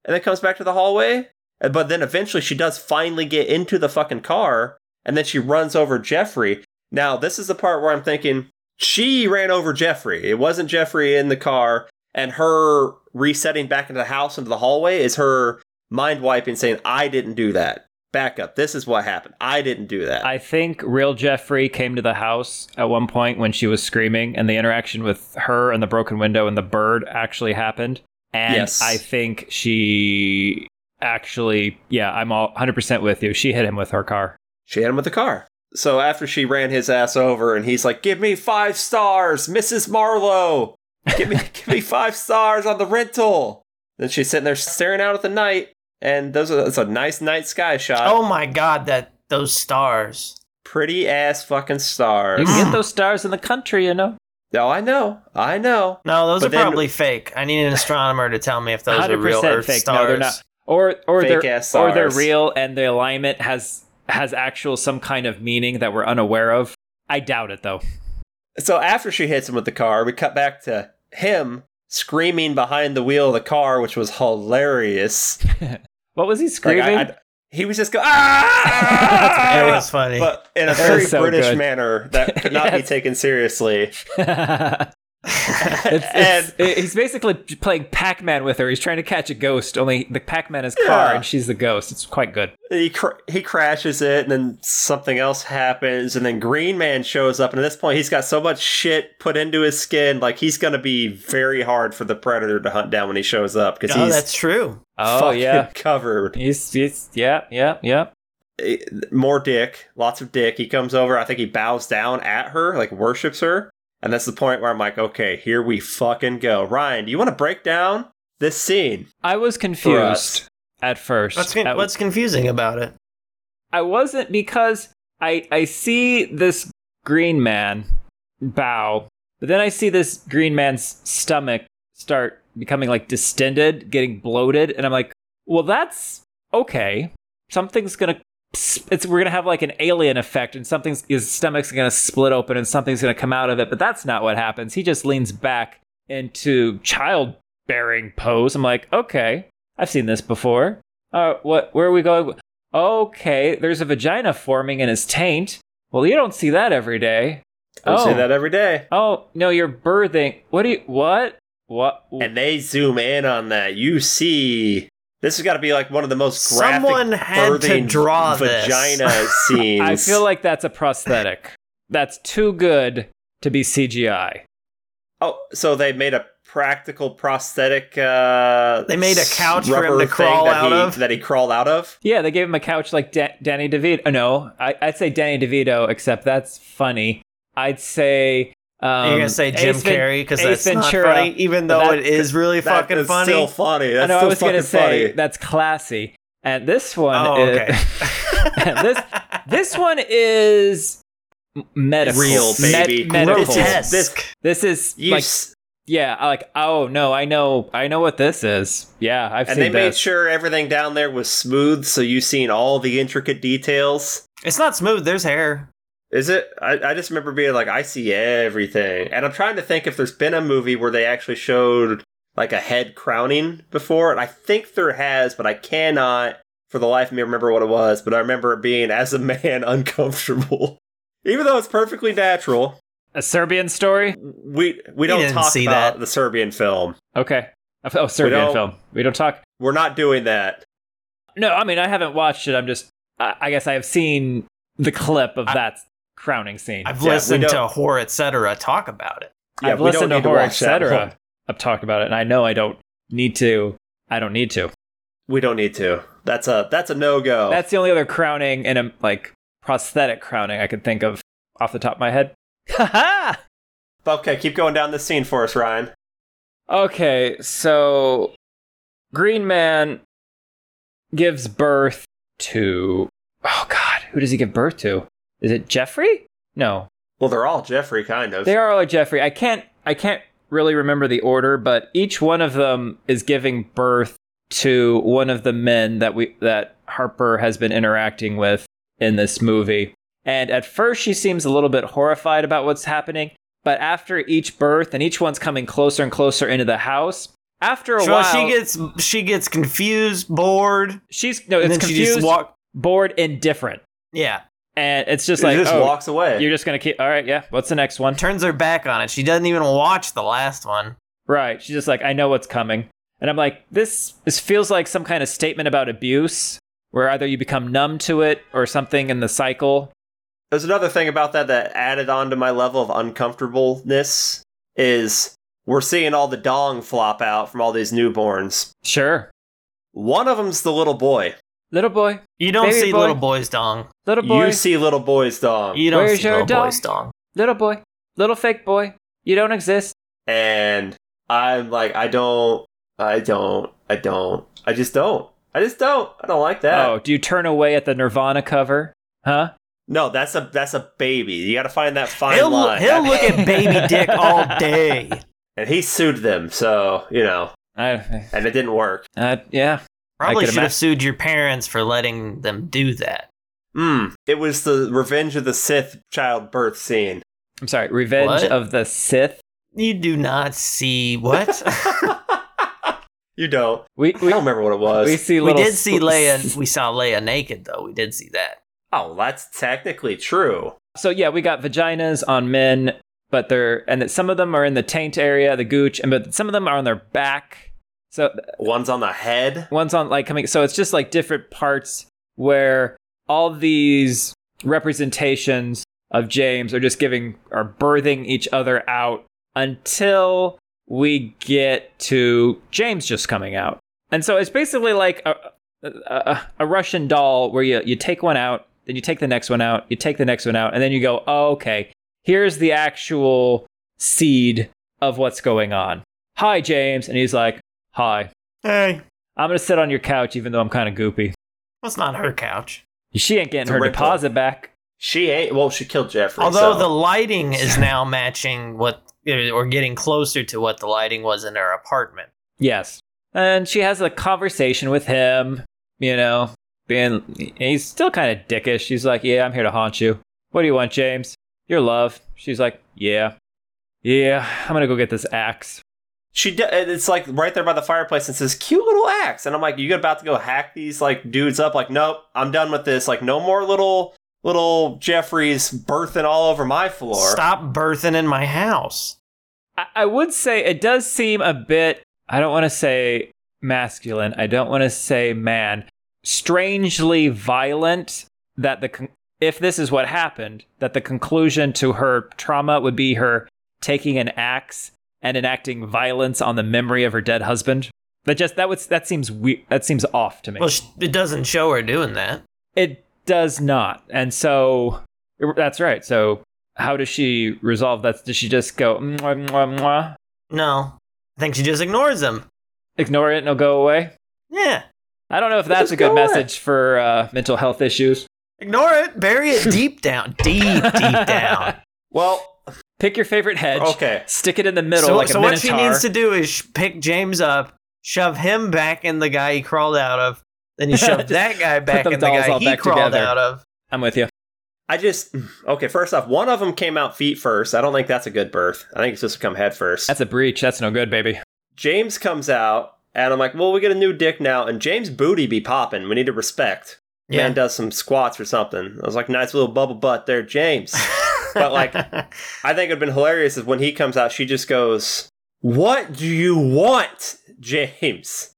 B: and then comes back to the hallway And- but then eventually she does finally get into the fucking car and then she runs over jeffrey now this is the part where i'm thinking she ran over jeffrey it wasn't jeffrey in the car and her resetting back into the house into the hallway is her mind wiping saying i didn't do that back up this is what happened i didn't do that
C: I think real Jeffrey came to the house at one point when she was screaming, and the interaction with her and the broken window and the bird actually happened. And
B: Yes.
C: I think she actually, yeah, I'm all 100% with you. She hit him with her car.
B: She hit him with the car. So after she ran his ass over, and he's like, "Give me five stars, Mrs. Marlowe. Give me, give me five stars on the rental." Then she's sitting there staring out at the night, and those are, it's a nice night sky shot.
A: oh my god, that those stars.
B: Pretty ass fucking stars.
C: You can get those stars in the country, you know?
B: no, I know, I know.
A: No, those
B: But
A: are
B: then-
A: probably fake. I need an astronomer to tell me if those are
C: 100%
A: real Earth
C: fake.
A: stars.
C: No, they're not. Or, or,
B: Fake
C: they're,
B: ass
C: or they're
B: stars.
C: real and the alignment has has actual some kind of meaning that we're unaware of. I doubt it, though.
B: So after she hits him with the car, we cut back to him screaming behind the wheel of the car, which was hilarious.
C: What was he
B: Like,
C: screaming?
B: I- I- he was just going, ah!
A: it was funny.
B: but in a
C: That
B: very
C: was so
B: British
C: good.
B: manner that could not be
C: Yes.
B: taken seriously.
C: it's, it's,
B: and
C: he's basically playing Pac-Man with her. He's trying to catch a ghost. Only the Pac-Man is car
B: Yeah.
C: and she's the ghost. It's quite good.
B: he cr- he crashes it, and then something else happens, and then Green Man shows up. And at this point, he's got so much shit put into his skin, like he's gonna be very hard for the Predator to hunt down when he shows up because
A: oh,
B: he's
A: that's true.
C: Oh
B: fucking
C: yeah,
B: covered.
C: he's, he's yeah yeah yeah.
B: Eh, More dick, lots of dick. He comes over. I think he bows down at her, like worships her. And that's the point where I'm like, okay, here we fucking go. Ryan, do you want to break down this scene?
C: I was confused at first.
A: What's, con-
C: At-
A: what's confusing about it?
C: I wasn't because I I see this green man bow, but then I see this green man's stomach start becoming like distended, getting bloated, and I'm like, well, that's okay. Something's gonna it's we're gonna have like an alien effect, and something's his stomach's gonna split open, and something's gonna come out of it. But that's not what happens. He just leans back into childbearing pose. I'm like, okay, I've seen this before. Uh, what? Where are we going? Okay, there's a vagina forming in his taint. Well, you don't see that every day.
B: I
C: oh,
B: say that every day.
C: oh no, you're birthing. What do you? What? What?
B: and they zoom in on that. You see, this has got to be like one of the most graphic
A: Someone had to
B: birthing
A: draw this.
B: vagina scenes.
C: I feel like that's a prosthetic. that's too good to be CGI.
B: oh, so they made a practical prosthetic. Uh,
A: They made a couch for him
B: rubber
A: to
B: thing
A: crawl
B: that
A: out
B: he,
A: of?
B: That he crawled out of.
C: Yeah, they gave him a couch like da- Danny DeVito. oh, No, I- I'd say Danny DeVito, except that's funny. I'd say. Um,
A: You're gonna say Jim
C: Ace Ven-
A: Carrey because
C: Ace
A: that's
C: Ventura.
A: not funny, even
C: But
A: though
C: that-
A: it is really
B: That
A: fucking
B: is
A: funny.
B: Still funny. That's
C: I know.
B: still
C: I was
B: fucking
C: gonna say
B: funny.
C: that's classy, and this one.
A: Oh,
C: is,
A: okay.
C: and this this one is m- medical,
B: real
C: Med-
B: baby.
C: medical.
B: This is- this-
A: Grotesque.
C: This is
B: you
C: like
B: s-
C: yeah, I like oh no, I know, I know what this is. Yeah, I've
B: and
C: seen
B: they made
C: this.
B: sure everything down there was smooth, so you seen all the intricate details.
A: It's not smooth. There's hair.
B: Is it? I, I just remember being like, I see everything, and I'm trying to think if there's been a movie where they actually showed like a head crowning before, and I think there has, but I cannot for the life of me remember what it was. But I remember it being as a man uncomfortable, even though it's perfectly natural.
C: a Serbian story.
B: We
A: You
B: we don't
A: didn't
B: talk
A: see
B: about
A: that.
B: the Serbian film.
C: Okay, oh Serbian
B: don't-
C: film. We don't talk.
B: We're not doing that.
C: No, I mean I haven't watched it. I'm just. I, I guess I have seen the clip of
A: I-
C: that crowning scene.
A: I've
B: Yeah, we
A: listened to
B: don't-
A: horror etc. talk about it.
B: Yeah,
C: I've
B: we don't
C: listened to
B: need to
C: horror,
B: watch that one.
C: etc. I've talked about it, and I know I don't need to. I don't need to.
B: We don't need to. That's a that's a no go.
C: That's the only other crowning and a like prosthetic crowning I could think of off the top of my head. Haha.
B: Okay, keep going down this scene for us, Ryan.
C: Okay, so Green Man gives birth to Oh god, who does he give birth to? Is it Jeffrey? No.
B: Well, they're all Jeffrey, kind of.
C: They are like Jeffrey. I can't I can't really remember the order, but each one of them is giving birth to one of the men that we that Harper has been interacting with in this movie. And at first she seems a little bit horrified about what's happening, but after each birth and each one's coming closer and closer into the house, after a
A: So
C: while
A: she gets she gets confused, bored,
C: she's no,
A: and
C: it's
A: then she
C: confused,
A: just walk.
C: bored, indifferent.
A: Yeah,
C: And it's just
B: He
C: like
B: just
C: oh,
B: walks away.
C: you're just gonna keep all right, yeah, what's the next one?
A: turns her back on it. She doesn't even watch the last one.
C: Right. She's just like, I know what's coming. And I'm like, this, this feels like some kind of statement about abuse where either you become numb to it or something in the cycle.
B: There's another thing about that that added on to my level of uncomfortableness is we're seeing all the dong flop out from all these newborns.
C: Sure.
B: One of them's the little boy.
C: Little boy,
A: You don't
C: Baby
A: see
C: boy.
A: little boy's dong.
C: little boy,
B: You see little boy's dong,
A: You don't
C: Where's
A: see
C: your
A: little
C: dong?
A: boy's dong.
C: little boy, little fake boy, you don't exist.
B: and I'm like, I don't, I don't, I don't, I just don't, I just don't, I don't like that.
C: Oh, do you turn away at the Nirvana cover? Huh?
B: No, that's a that's a baby. You got to find that fine
A: He'll,
B: line.
A: he'll
B: That-
A: look at baby dick all day.
B: and he sued them, so you know,
C: I,
B: and it didn't work.
C: I, yeah.
A: Probably
C: could
A: should
C: imagine.
A: have sued your parents for letting them do that.
B: Mm. It was the Revenge of the Sith childbirth scene.
C: I'm sorry. Revenge
A: What?
C: of the Sith.
A: You do not see what?
B: you don't.
C: We,
B: I
C: we,
B: don't remember what it
C: we
B: was.
C: see
A: we
C: little.
A: did see Leia.
C: s-
A: We saw Leia naked though. We did see that.
B: Oh, that's technically true.
C: So yeah, we got vaginas on men, but they're and that some of them are in the taint area, the gooch, and but some of them are on their back. So
B: One's on the head.
C: one's on like coming. So it's just like different parts where all these representations of James are just giving are birthing each other out until we get to James just coming out. And so it's basically like a a, a, a Russian doll where you you take one out, then you take the next one out, you take the next one out, and then you go, oh, okay, here's the actual seed of what's going on. Hi, James, and he's like, hi.
A: Hey,
C: I'm gonna sit on your couch, even though I'm kind of goopy.
A: that's not her couch.
C: She ain't getting
B: a
C: her
B: rental.
C: deposit back.
B: She ain't. Well, she killed Jeffrey.
A: Although
B: so-
A: the lighting is now matching what, or getting closer to what the lighting was in her apartment.
C: Yes, and she has a conversation with him. You know, being and he's still kind of dickish. She's like, "Yeah, I'm here to haunt you. What do you want, James? Your love." She's like, "Yeah, yeah, I'm gonna go get this axe."
B: she d- and it's like right there by the fireplace and says cute little axe and i'm like you about to go hack these like dudes up like nope i'm done with this like no more little little jeffrey's birthing all over my floor
A: Stop birthing in my house.
C: I, I would say it does seem a bit. I don't want to say masculine. I don't want to say man. Strangely violent. That the con- if this is what happened, that the conclusion to her trauma would be her taking an axe and enacting violence on the memory of her dead husband. That just that was that seems we that seems off to me.
A: Well, sh- it doesn't show her doing that.
C: It does not. And so that's right. So how does she resolve that? Does she just go "Mm, mwah, mwah, mwah,
A: No, I think she just ignores him.
C: ignore it and it'll go away?
A: Yeah,
C: I don't know if that's
B: Just
C: a good
B: go away.
C: message for uh, mental health issues.
A: ignore it, bury it deep down, deep, deep down.
B: Well,
C: Pick your favorite hedge.
B: okay.
C: Stick it in the middle
A: so,
C: like
A: so
C: a
A: what she
C: minotaur.
A: needs to do is sh- pick James up, shove him back in the guy he crawled out of, then you shove
C: Just
A: that guy back
C: them
A: in the
C: dolls
A: guy
C: all
A: he
C: back
A: crawled
C: together.
A: out of.
C: I'm with you.
B: I just okay. First off, one of them came out feet first. I don't think that's a good birth. I think it's just come head first.
C: That's a breach. That's no good, baby.
B: James comes out, and I'm like, well, we get a new dick now, and James' booty be popping. We need to respect.
A: Yeah,
B: Man does some squats or something. I was like, nice little bubble butt there, James. but, like- I think it'd been hilarious if when he comes out, she just goes, "What do you want, James?"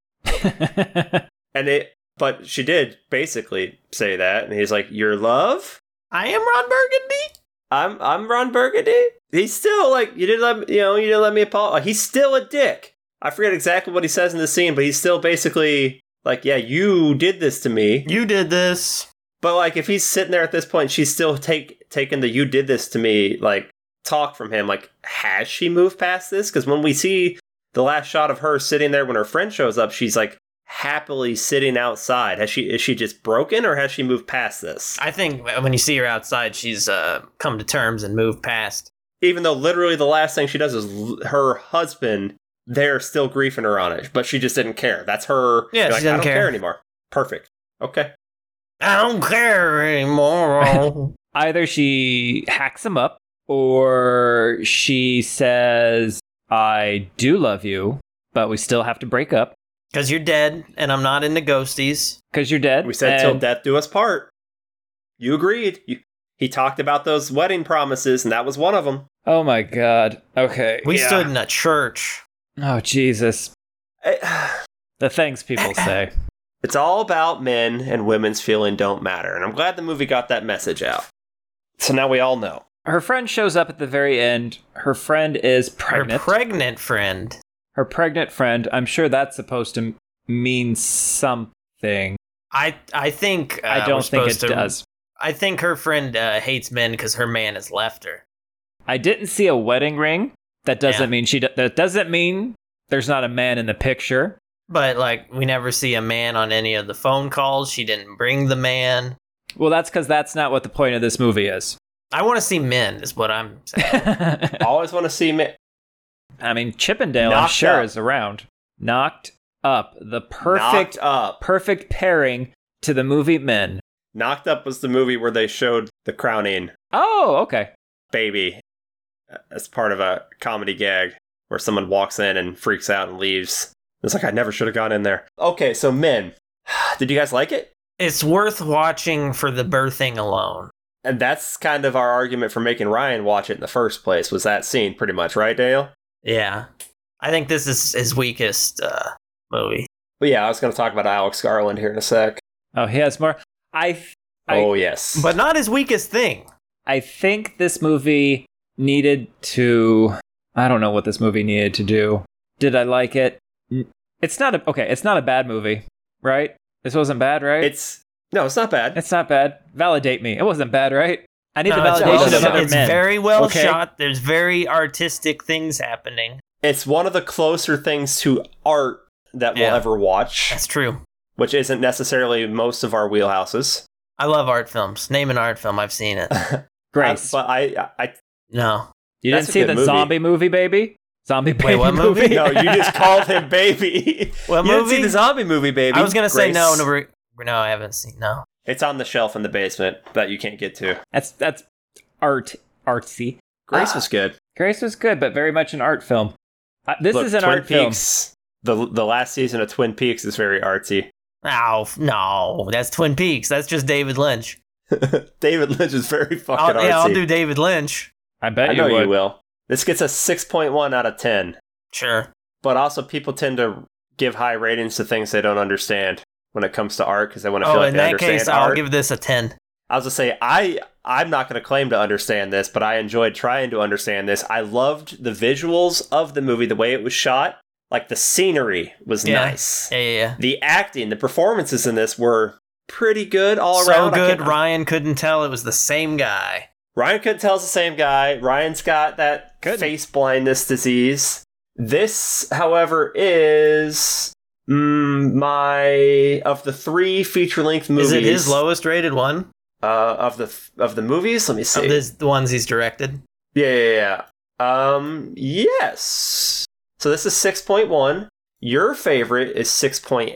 B: And it, but she did basically say that, and he's like, "Your love."
A: I am Ron Burgundy.
B: I'm I'm Ron Burgundy. He's still like you didn't let me, you know you didn't let me apologize. Oh, He's still a dick. I forget exactly what he says in the scene, but he's still basically like, yeah, you did this to me.
A: You did this.
B: But like, if he's sitting there at this point, she's still take taking the "you did this to me" like talk from him. Like, has she moved past this? Because when we see the last shot of her sitting there when her friend shows up, she's like happily sitting outside. Has she is she just broken or has she moved past this?
A: I think when you see her outside, she's uh, come to terms and moved past.
B: even though literally the last thing she does is l- her husband they're still griefing her on it but she just didn't care that's her
A: Yeah,
B: like,
A: she doesn't
B: i don't care.
A: care.
B: anymore perfect okay
A: I don't care anymore.
C: Either she hacks him up or she says, I do love you, but we still have to break up
A: Because you're dead, and I'm not into ghosties.
C: because you're dead.
B: we said till
C: and-
B: death do us part you agreed you, he talked about those wedding promises and that was one of them
C: Oh my God. Okay.
A: We
C: Yeah.
A: stood in a church.
C: Oh, Jesus. The things people say.
B: Eh, it's all about men and women's feeling don't matter and i'm glad the movie got that message out so now we all know
C: Her friend shows up at the very end. Her friend is
A: Her
C: pregnant.
A: pregnant friend.
C: her pregnant friend. I'm sure that's supposed to m- mean something.
A: I I think uh,
C: I
A: we're
C: don't think it
A: supposed to-
C: does.
A: I think her friend uh, hates men because her man has left her.
C: I didn't see a wedding ring. That doesn't
A: Yeah.
C: mean she. Do- that doesn't mean there's not a man in the picture.
A: But like we never see a man on any of the phone calls. She didn't bring the man.
C: Well, that's because that's not what the point of this movie is.
A: I want to see men. Is what I'm saying.
C: I
B: always want to see men
C: mean, Chippendale, I'm
B: Knocked
C: sure,
B: up.
C: is around. Knocked up, the perfect,
B: knocked up
C: perfect pairing to the movie Men.
B: knocked up was the movie where they showed the crowning
C: Oh, okay.
B: baby uh, as part of a comedy gag where someone walks in and freaks out and leaves. It's like I never should have gone in there. Okay, so men, did you guys like it?
A: It's worth watching for the birthing alone.
B: And that's kind of our argument for making Ryan watch it in the first place. Was that scene pretty much right, Dale?
A: Yeah, I think this is his weakest uh, movie.
B: But yeah, I was going to talk about Alex Garland here in a sec.
C: Oh, he has more. I th- I-
B: oh yes,
A: But not his weakest thing.
C: I think this movie needed to. I don't know what this movie needed to do. Did I like it? N- It's not a okay. It's not a bad movie, right? This wasn't bad, right?
B: it's no, it's not bad.
C: It's not bad. Validate me. It wasn't bad, right? I need
A: No,
C: the
A: it's
C: validation
A: well
C: of
A: shot.
C: other
A: It's
C: men.
A: very well
C: okay?
A: shot. There's very artistic things happening.
B: It's one of the closer things to art that we'll
A: Yeah.
B: ever watch,
A: That's true.
B: which isn't necessarily most of our wheelhouses.
A: I love art films. Name an art film. I've seen it.
C: Grace.
B: Uh, but I, I
A: No.
C: you
B: that's
C: didn't
B: a
C: see
B: good
C: the
B: movie.
C: zombie movie, baby. Zombie baby
A: what movie?
B: No, you just called him baby.
A: What
B: you didn't see
A: movie?
B: the zombie movie, baby.
A: I was gonna say
B: Grace.
A: no. No, re- no, I haven't seen no.
B: It's on the shelf in the basement that you can't get to.
C: that's that's art artsy.
B: Grace
C: Ah.
B: was good.
C: Grace was good, but very much an art film. Uh, this
B: Look,
C: is an
B: Twin
C: art film.
B: Peaks, The the last season of Twin Peaks is very artsy.
A: Oh f- no, that's Twin Peaks. That's just David Lynch.
B: David Lynch is very fucking
A: I'll,
B: artsy.
A: yeah, I'll do David Lynch.
C: I bet
B: I know
C: you
B: you,
C: would.
B: will. This gets a six point one out of ten.
A: Sure.
B: But also, people tend to give high ratings to things they don't understand when it comes to art because they want to feel
A: Oh,
B: like
A: in
B: they
A: that
B: understand
A: case,
B: art.
A: I'll give this a ten.
B: I was just say I I'm not going to claim to understand this, but I enjoyed trying to understand this. I loved the visuals of the movie, the way it was shot, like the scenery was
A: Yeah.
B: nice.
A: Yeah, yeah, yeah.
B: The acting, the performances in this were pretty good all
A: so
B: around. I
A: good.
B: can't-
A: Ryan couldn't tell it was the same guy.
B: Ryan could tell's the same guy. Ryan's got that
C: Couldn't.
B: face blindness disease. This, however, is mm, my of the three feature length movies.
A: Is it his lowest rated one
B: uh, of the of the movies? Let me see.
A: of his, the ones he's directed?
B: Yeah, yeah, yeah. Um, yes. So this is 6.1. Your favorite is 6.8.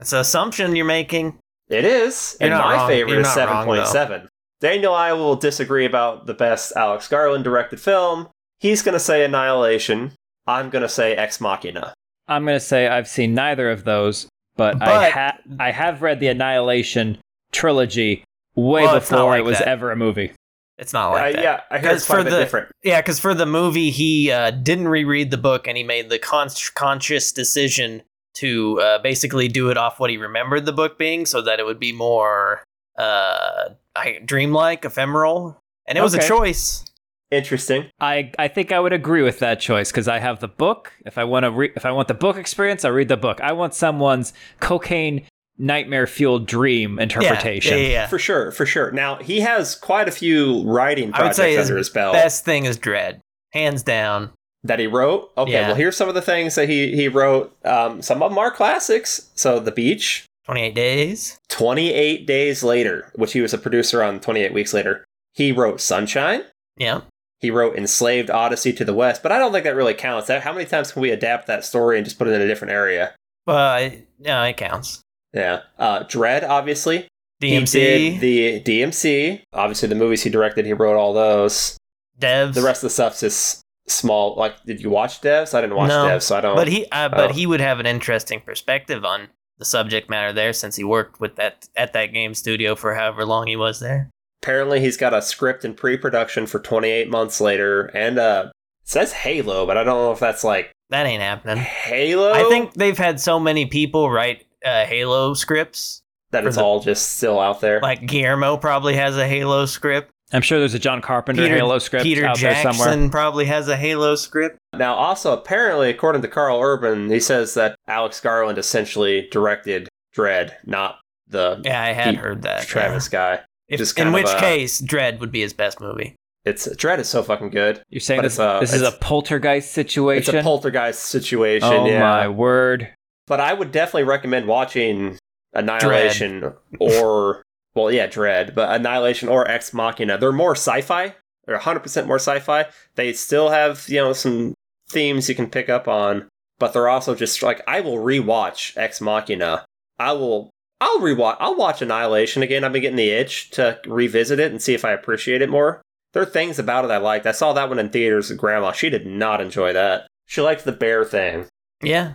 A: It's an assumption you're making.
B: It is.
A: You're
B: and
A: not
B: my
A: wrong.
B: favorite
A: You're
B: is
A: not wrong, though.
B: 7.7. Daniel and I will disagree about the best Alex Garland directed film. He's going to say Annihilation. I'm going to say Ex Machina.
C: I'm gonna say I've seen neither of those, but, I
A: But-
C: ha- I have read the Annihilation trilogy way
A: Well, it's not
C: before it
A: like
C: was
A: that.
C: ever a movie.
A: It's not like
B: Uh,
A: that.
B: yeah, I heard
A: Because
B: it's quite a
A: for
B: bit
A: the-
B: different.
A: Yeah, because for the movie, he uh, didn't reread the book and he made the con- conscious decision to uh, basically do it off what he remembered the book being so that it would be more uh, I- dreamlike, ephemeral. And it was
C: Okay.
A: a choice.
B: Interesting.
C: I I think I would agree with that choice because I have the book. If I want to, re- if I want the book experience, I read the book. I want someone's cocaine nightmare fueled dream
A: Yeah,
C: interpretation.
A: Yeah, yeah, yeah.
B: For sure, for sure. Now, he has quite a few writing
A: I would
B: projects
A: say his
B: under his belt.
A: Best thing is Dread. Hands down.
B: that he wrote. Okay,
A: Yeah.
B: well here's some of the things that he he wrote. Um, some of them are classics. So The Beach,
A: 28 days.
B: 28 Days Later, which he was a producer on 28 Weeks Later. He wrote Sunshine.
A: Yeah.
B: He wrote Enslaved Odyssey to the West, but I don't think that really counts. That, how many times can we adapt that story and just put it in a different area?
A: But no, it counts.
B: Yeah. Uh, Dread, obviously. He
A: DMC.
B: did the DMC. Obviously, the movies he directed, he wrote all those.
A: devs.
B: The rest of the stuff's just small. Like, did you watch Devs? I didn't watch
A: No,
B: Devs, so I don't.
A: But he, uh, but
B: Oh.
A: he would have an interesting perspective on the subject matter there, since he worked with that at that game studio for however long he was there.
B: apparently he's got a script in pre-production for 28 months later and uh it says halo but i don't know if that's like
A: That ain't happening.
B: halo
A: I think they've had so many people write uh, Halo scripts.
B: that
A: for
B: it's
A: the-
B: all just still out there
A: Like Guillermo probably has a Halo script.
C: I'm sure there's a John Carpenter
A: Peter-
C: Halo script
A: Peter
C: out there somewhere.
A: Jackson probably has a Halo script.
B: now also apparently according to carl urban he says that alex garland essentially directed dread not the
A: Yeah, I had
B: Pete-
A: heard that.
B: travis guy
A: If-
B: just kind
A: in
B: of uh,
A: which
B: a-
A: case, Dread would be his best movie.
B: it's dread is so fucking good
C: You're saying
B: But
C: this,
B: it's a-
C: this is a
B: it's-
C: poltergeist situation?
B: it's a poltergeist situation
C: oh
B: yeah
C: my word!
B: But I would definitely recommend watching Annihilation or well, yeah, Dread, but Annihilation or Ex Machina. They're more sci-fi. They're 100% more sci-fi. They still have, you know, some themes you can pick up on, but they're also just like I will rewatch Ex Machina. I will I'll rewatch I'll watch Annihilation again. I've been getting the itch to revisit it and see if I appreciate it more. There are things about it I liked. I saw that one in theaters with grandma. She did not enjoy that. She liked the bear thing.
A: Yeah,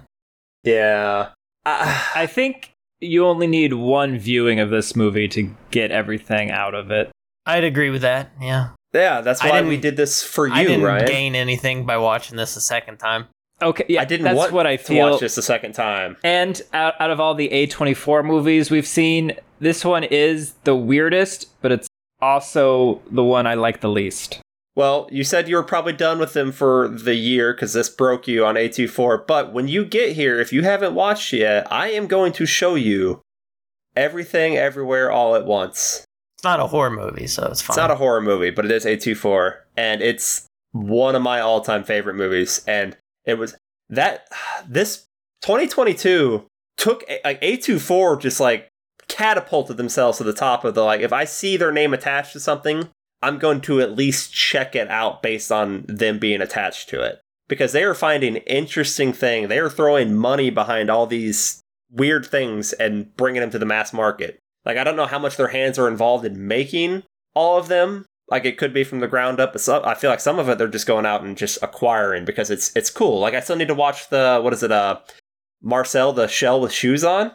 B: Yeah. I-
C: I think you only need one viewing of this movie to get everything out of it.
A: I'd agree with that. Yeah,
B: Yeah, that's
A: I
B: why
A: didn't-
B: we did this for
A: I
B: you,
A: didn't
B: Ryan.
A: gain anything by watching this a second time.
C: Okay, yeah,
B: I didn't
C: that's
B: want
C: what I
B: to
C: feel.
B: watch this the second time.
C: And out, out of all the A24 movies we've seen, this one is the weirdest, but it's also the one I like the least.
B: Well, you said you were probably done with them for the year because this broke you on A24. But when you get here, if you haven't watched yet, I am going to show you everything, everywhere, all at once.
A: It's not a horror movie, so it's fine.
B: It's not a horror movie, but it is A24, and it's one of my all-time favorite movies. And it was that this 2022 took like A24 just like catapulted themselves to the top of the like. If I see their name attached to something, I'm going to at least check it out based on them being attached to it because they are finding interesting thing. They are throwing money behind all these weird things and bringing them to the mass market. Like I don't know how much their hands are involved in making all of them. Like it could be from the ground up, but some, I feel like some of it they're just going out and just acquiring because it's it's cool. Like I still need to watch the what is it uh Marcel the shell with shoes on.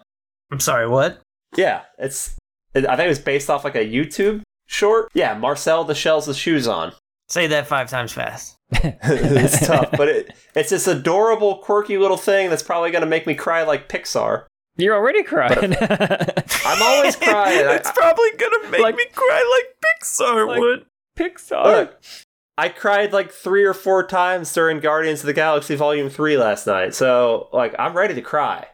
A: I'm sorry, what?
B: Yeah, it's it, I think it was based off like a YouTube short. Yeah, Marcel the shells with shoes on.
A: Say that five times fast.
B: it's tough, but it it's this adorable, quirky little thing that's probably gonna make me cry like Pixar.
C: You're already crying.
B: I'm always crying. I-
A: it's probably gonna make
C: Like-
A: me cry like Pixar
C: Like-
A: would.
C: Pixar.
B: Look, I cried like three or four times during Guardians of the Galaxy Volume 3 last night. So, like, I'm ready to cry.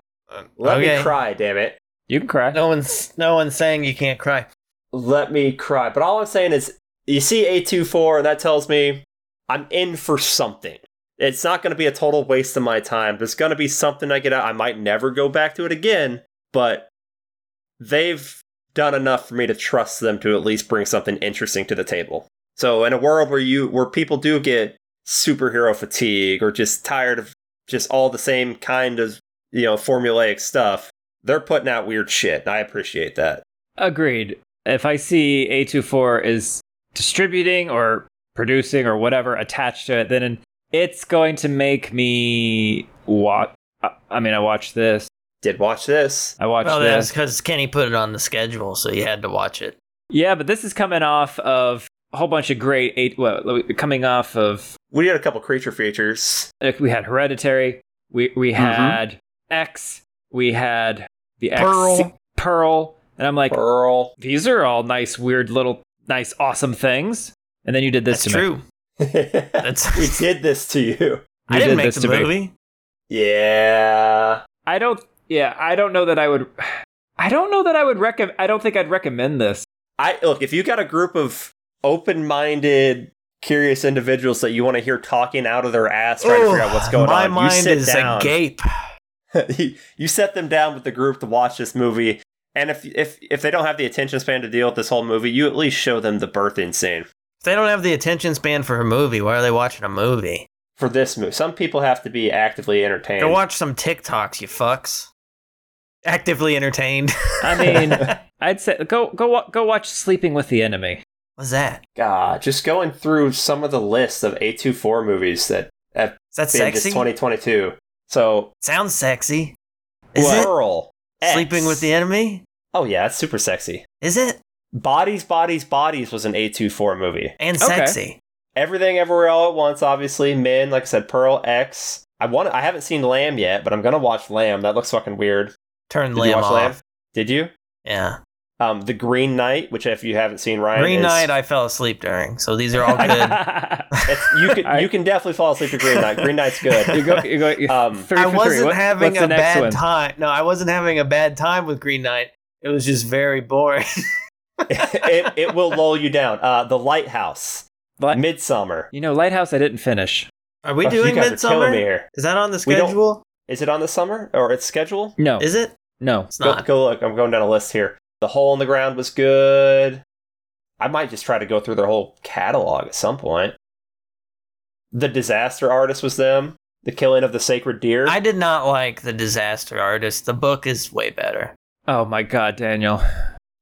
B: Let me cry, damn it.
C: You can cry.
A: No one's no one's saying you can't cry.
B: Let me cry. But all I'm saying is, you see A24, and that tells me I'm in for something. It's not going to be a total waste of my time. There's going to be something I get out. I might never go back to it again, but they've done enough for me to trust them to at least bring something interesting to the table. So in a world where you where people do get superhero fatigue or just tired of just all the same kind of, you know, formulaic stuff, they're putting out weird shit. and I appreciate that.
C: Agreed. If I see A24 is distributing or producing or whatever attached to it, then it's going to make me watch. I mean, I watched this.
B: Did watch this.
C: I watched
A: Well,
C: this.
A: that's because Kenny put it on the schedule, so you had to watch it.
C: Yeah, but this is coming off of a whole bunch of great eight. Well, coming off of
B: We had a couple creature features.
C: like, we had Hereditary, we we
A: Mm-hmm.
C: had X, we had the X
A: Pearl.
C: Pearl, and I'm like,
B: Pearl.
C: these are all nice, weird little, nice, awesome things. And then you did this
A: That's
C: to me.
A: true.
B: That's we did this to you.
A: I
C: You
A: didn't
C: did
A: make
C: this
A: the
C: to me.
A: movie.
B: Yeah.
C: I don't. Yeah, I don't know that I would. I don't know that I would recommend. I don't think I'd recommend this.
B: I look, if you got a group of open-minded, curious individuals that you want to hear talking out of their ass trying to figure out what's going
A: my
B: on,
A: mind
B: you sit
A: is
B: down.
A: agape.
B: you- you set them down with the group to watch this movie, and if if if they don't have the attention span to deal with this whole movie, you at least show them the birthing scene
A: If they don't have the attention span for a movie, why are they watching a movie?
B: for this movie. Some people have to be actively entertained.
A: Go watch some TikToks, you fucks. Actively entertained.
C: I mean, I'd say go go wa- go watch Sleeping with the Enemy.
A: What's that?
B: God, just going through some of the list of A24 movies that have
A: Is that
B: been this
A: sexy?
B: 2022. So,
A: Sounds sexy. Is it?
B: Pearl, X.
A: Sleeping with the enemy?
B: Oh yeah, it's super sexy.
A: Is it?
B: Bodies, Bodies, Bodies was an A24 movie.
A: And
C: Okay.
A: sexy.
B: Everything Everywhere All at Once, obviously. Men, like I said, Pearl, X. I want. I haven't seen Lamb yet, but I'm gonna watch Lamb. That looks fucking weird.
A: Turn
B: Did
A: Lamb
B: you watch
A: off.
B: Lamb? Did you?
A: Yeah.
B: Um, the Green Knight, which if you haven't seen Ryan,
A: Green
B: is,
A: Knight I fell asleep during, so these are all good.
B: it's, you can
C: I-
B: you can definitely fall asleep to Green Knight. Green Knight's
C: you
B: good.
C: go. You go. You,
B: Um,
C: three
A: I
C: for
A: wasn't
C: three. What-
A: having
C: what's the
A: a
C: next
A: bad
C: one?
A: time. No, I wasn't having a bad time with Green Knight. It was just very boring.
B: it it will lull you down. Uh, the Lighthouse,
C: But-
B: Midsummer.
C: you know, Lighthouse. I didn't finish.
A: Are we
B: Oh,
A: doing
B: you guys Are killing
A: Midsummer?
B: me here.
A: Is that on the
B: We don't-
A: schedule?
B: Is it on the summer or its schedule?
C: No,
A: Is it?
C: no.
A: It's
B: Go,
A: not.
B: go look. I'm going down a list here. The Hole in the Ground was good. I might just try to go through their whole catalog at some point. The Disaster Artist was them. The Killing of the Sacred Deer.
A: I did not like the Disaster Artist. The book is way better.
C: Oh my God, Daniel.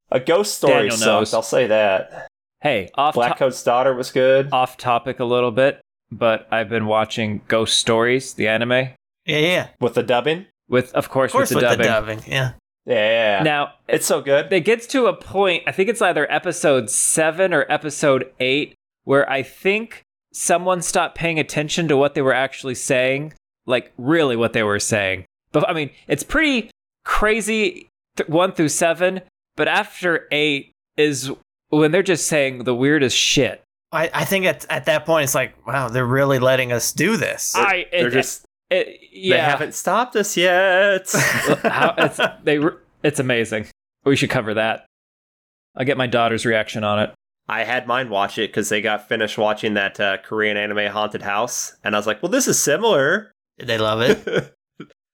B: a Ghost Story
C: Daniel knows.
B: sucked. I'll say that.
C: Hey, off
B: Black
C: to-
B: Coat's Daughter was good.
C: off topic a little bit, but I've been watching Ghost Stories, the anime,
A: Yeah, yeah.
B: With the dubbing.
C: with of course,
A: Of course,
C: with the dubbing.
A: dubbing. Yeah.
B: Yeah.
C: Now
B: it's so good.
C: it gets to a point i think it's either episode 7 or episode 8 where i think someone stopped paying attention to what they were actually saying like really what they were saying but i mean it's pretty crazy th- 1 through 7 but after 8 is when they're just saying the weirdest shit
A: I, I think at, at that point, it's like, wow, they're really letting us do this.
C: i
B: They're
C: it,
B: just
C: it- yeah
B: they haven't stopped us yet.
C: How- it's, they, re- it's amazing we should cover that i'll get my daughter's reaction on it
B: I had mine watch it because they got finished watching that uh, Korean anime Haunted House, and I was like, "Well, this is similar."
A: Did they love it?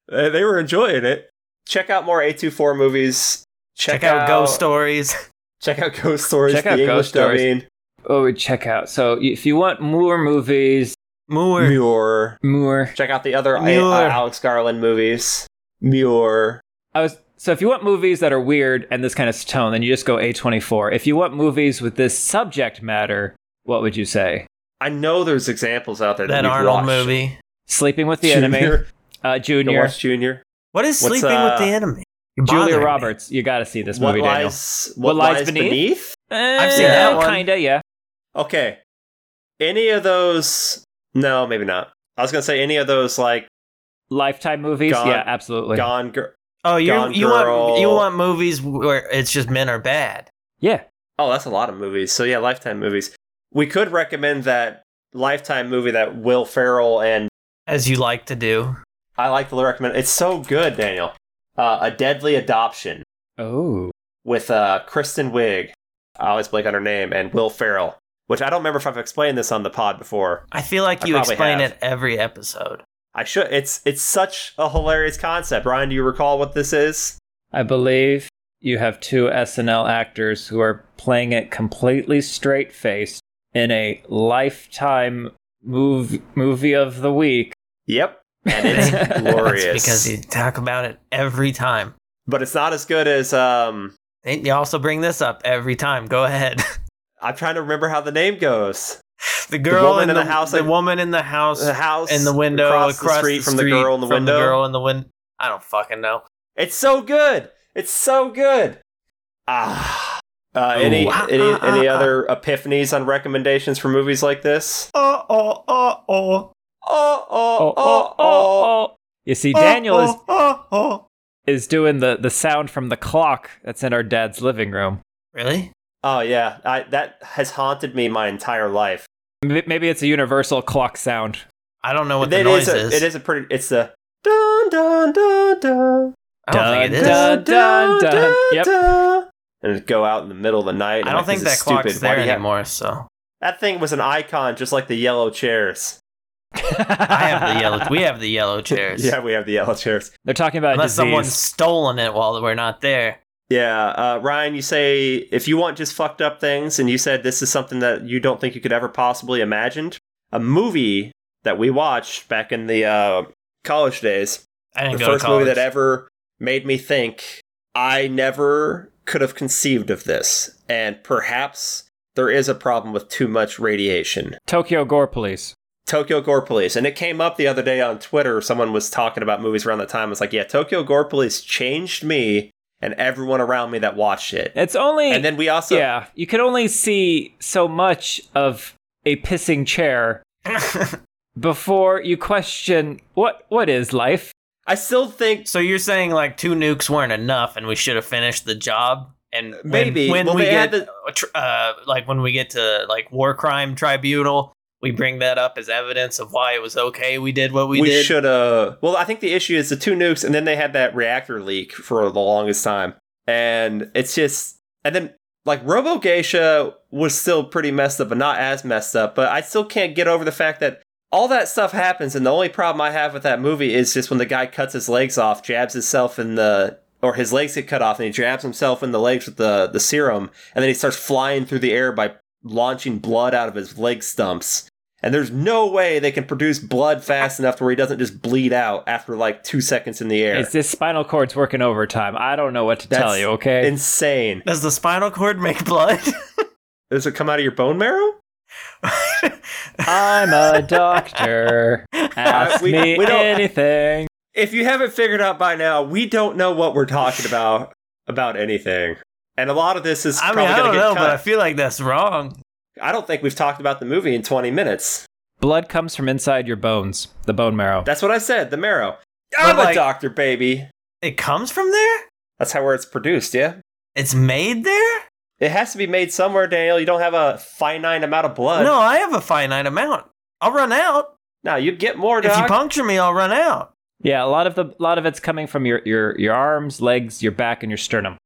B: they they were enjoying it. Check out more A24 movies.
A: Check, out, Ghost Stories.
B: Check out Ghost Stories.
C: Check
B: the
C: out
B: English
C: Ghost Stories.
B: dubbing.
C: Oh, we check out. So if you want more movies,
A: Moore.
B: Muir.
C: more.
B: Check out the other A-
A: Muir.
B: uh, Alex Garland movies. Muir.
C: I was so if you want movies that are weird and this kind of tone, then you just go A24. If you want movies with this subject matter, what would you say?
B: I know there's examples out there that,
A: that
B: we've
A: Arnold
B: watched.
A: movie.
C: Sleeping with the
B: Junior.
C: Enemy, uh,
B: You
C: Junior,
B: watch Junior.
A: What is
B: What's,
A: Sleeping
B: uh,
A: with the Enemy? You're
C: Julia
A: bothering me.
C: Roberts. You got to see this
B: what
C: movie, Daniel.
B: lies? What, lies, beneath?
C: Eh,
A: I've seen that one.
C: Kinda, yeah.
B: Okay. Any of those? No, maybe not. I was gonna say any of those like
C: Lifetime movies,
B: Gone-
C: yeah, absolutely.
B: Gone Girl.
A: Oh, you
B: Gone
A: you
B: Girl.
A: want you want movies where it's just men are bad.
C: Yeah.
B: Oh, that's a lot of movies. So yeah, Lifetime movies. We could recommend that Lifetime movie that Will Ferrell and
A: As you like to do.
B: I like to recommend. It's so good, Daniel. Uh, a Deadly Adoption
C: Oh.
B: with uh, Kristen Wiig. I always blank on her name and Will Ferrell, which I don't remember if I've explained this on the pod before.
A: I feel like
B: I
A: you
B: probably
A: explain
B: have.
A: it every episode.
B: I should. It's it's such a hilarious concept. Ryan, do you recall what this is?
C: I believe you have two SNL actors who are playing it completely straight faced in a lifetime move, movie of the week.
B: Yep, and it's
C: That's
B: glorious.
A: That's because you talk about it every time.
B: but it's not as good as um.
A: And you also bring this up every time. Go ahead.
B: I'm trying to remember how the name goes.
A: The girl
B: woman
A: in the, house. The
B: that-
A: woman in the house.
B: The house
A: in the window
B: across, the street from the girl in the
A: from
B: window.
A: girl in the win- I don't fucking know.
B: It's so good. It's so good. Ah. Uh, any
A: Ooh, ah,
B: any,
A: ah,
B: any
A: ah,
B: other epiphanies on recommendations for movies like this?
A: Oh oh oh oh.
B: Oh
C: Oh,
B: oh
C: oh, oh, oh. You
A: Uh,
C: see, Daniel is,
A: Oh, oh.
C: is doing the, the sound from the clock that's in our dad's living room.
A: Really?
B: Oh yeah, I, that has haunted me my entire life.
C: M- Maybe it's a universal clock sound.
A: I don't know what the
B: It
A: noise
B: is a-
A: is.
B: It is a pretty. It's the dun dun dun dun
A: I don't think it is.
C: Dun, dun, dun. Yep.
B: dun. And it'd go out in the middle of the night. and
A: I
B: like,
A: don't
B: this
A: think
B: is
A: that clock's
B: stupid. Why
A: there
B: do you have-
A: anymore. So
B: That thing was an icon, just like the yellow chairs.
A: I have the yellow. We have the yellow chairs.
B: yeah, we have the yellow chairs.
C: They're talking about
A: Unless
C: disease.
A: someone's stolen it while we're not there.
B: Yeah, uh, Ryan, you say if you want just fucked up things, and you said this is something that you don't think you could ever possibly imagined. A movie that we watched back in the uh, college days,
A: I didn't
B: the
A: go
B: first
A: to college.
B: movie that ever made me think I never could have conceived of this, and perhaps there is a problem with too much radiation.
C: Tokyo Gore Police.
B: Tokyo Gore Police, and it came up the other day on Twitter. Someone was talking about movies around that time. It's like, yeah, Tokyo Gore Police changed me and everyone around me that watched it.
C: It's only
B: And then we also
C: yeah, you can only see so much of a pissing chair before you question what what is life.
B: I still think
A: so you're saying like two nukes weren't enough, and we should have finished the job. And when-
B: Maybe.
A: when,
B: Well,
A: we
B: they
A: get
B: had
A: uh, tr- uh, like when we get to like war crime tribunal, we bring that up as evidence of why it was okay we did what we,
B: we,
A: did.
B: should uh well I think the issue is the two nukes and then they had that reactor leak for the longest time. And it's just and then like Robo Geisha was still pretty messed up, but not as messed up. But I still can't get over the fact that all that stuff happens, and the only problem I have with that movie is just when the guy cuts his legs off, jabs himself in the or his legs get cut off, and he jabs himself in the legs with the the serum, and then he starts flying through the air by launching blood out of his leg stumps. And there's no way they can produce blood fast enough to where he doesn't just bleed out after like two seconds in the air.
C: Is this spinal cord's working overtime? I don't know what to
B: That's
C: tell you. Okay,
B: Insane.
A: Does the spinal cord make blood?
B: Does it come out of your bone marrow?
C: I'm a doctor. Ask
B: Uh, we-
C: me
B: we don't-
C: anything.
B: if you haven't figured out by now, we don't know what we're talking about about anything. And a lot of this is
A: I
B: probably
A: mean, I
B: going
A: don't
B: to get
A: know, but I
B: cut.
A: feel like that's wrong.
B: I don't think we've talked about the movie in 20 minutes.
C: Blood comes from inside your bones, the bone marrow.
B: That's what I said, the marrow. I'm
A: like-
B: a doctor, baby.
A: It comes from there.
B: That's how where it's produced, yeah?
A: It's made there.
B: It has to be made somewhere, Daniel. You don't have a finite amount of blood.
A: no, I have a finite amount. I'll run out.
B: No, you'd get more,
A: If you
B: doc.
A: puncture me, I'll run out.
C: yeah, a lot of the lot of it's coming from your your your arms, legs, your back, and your sternum.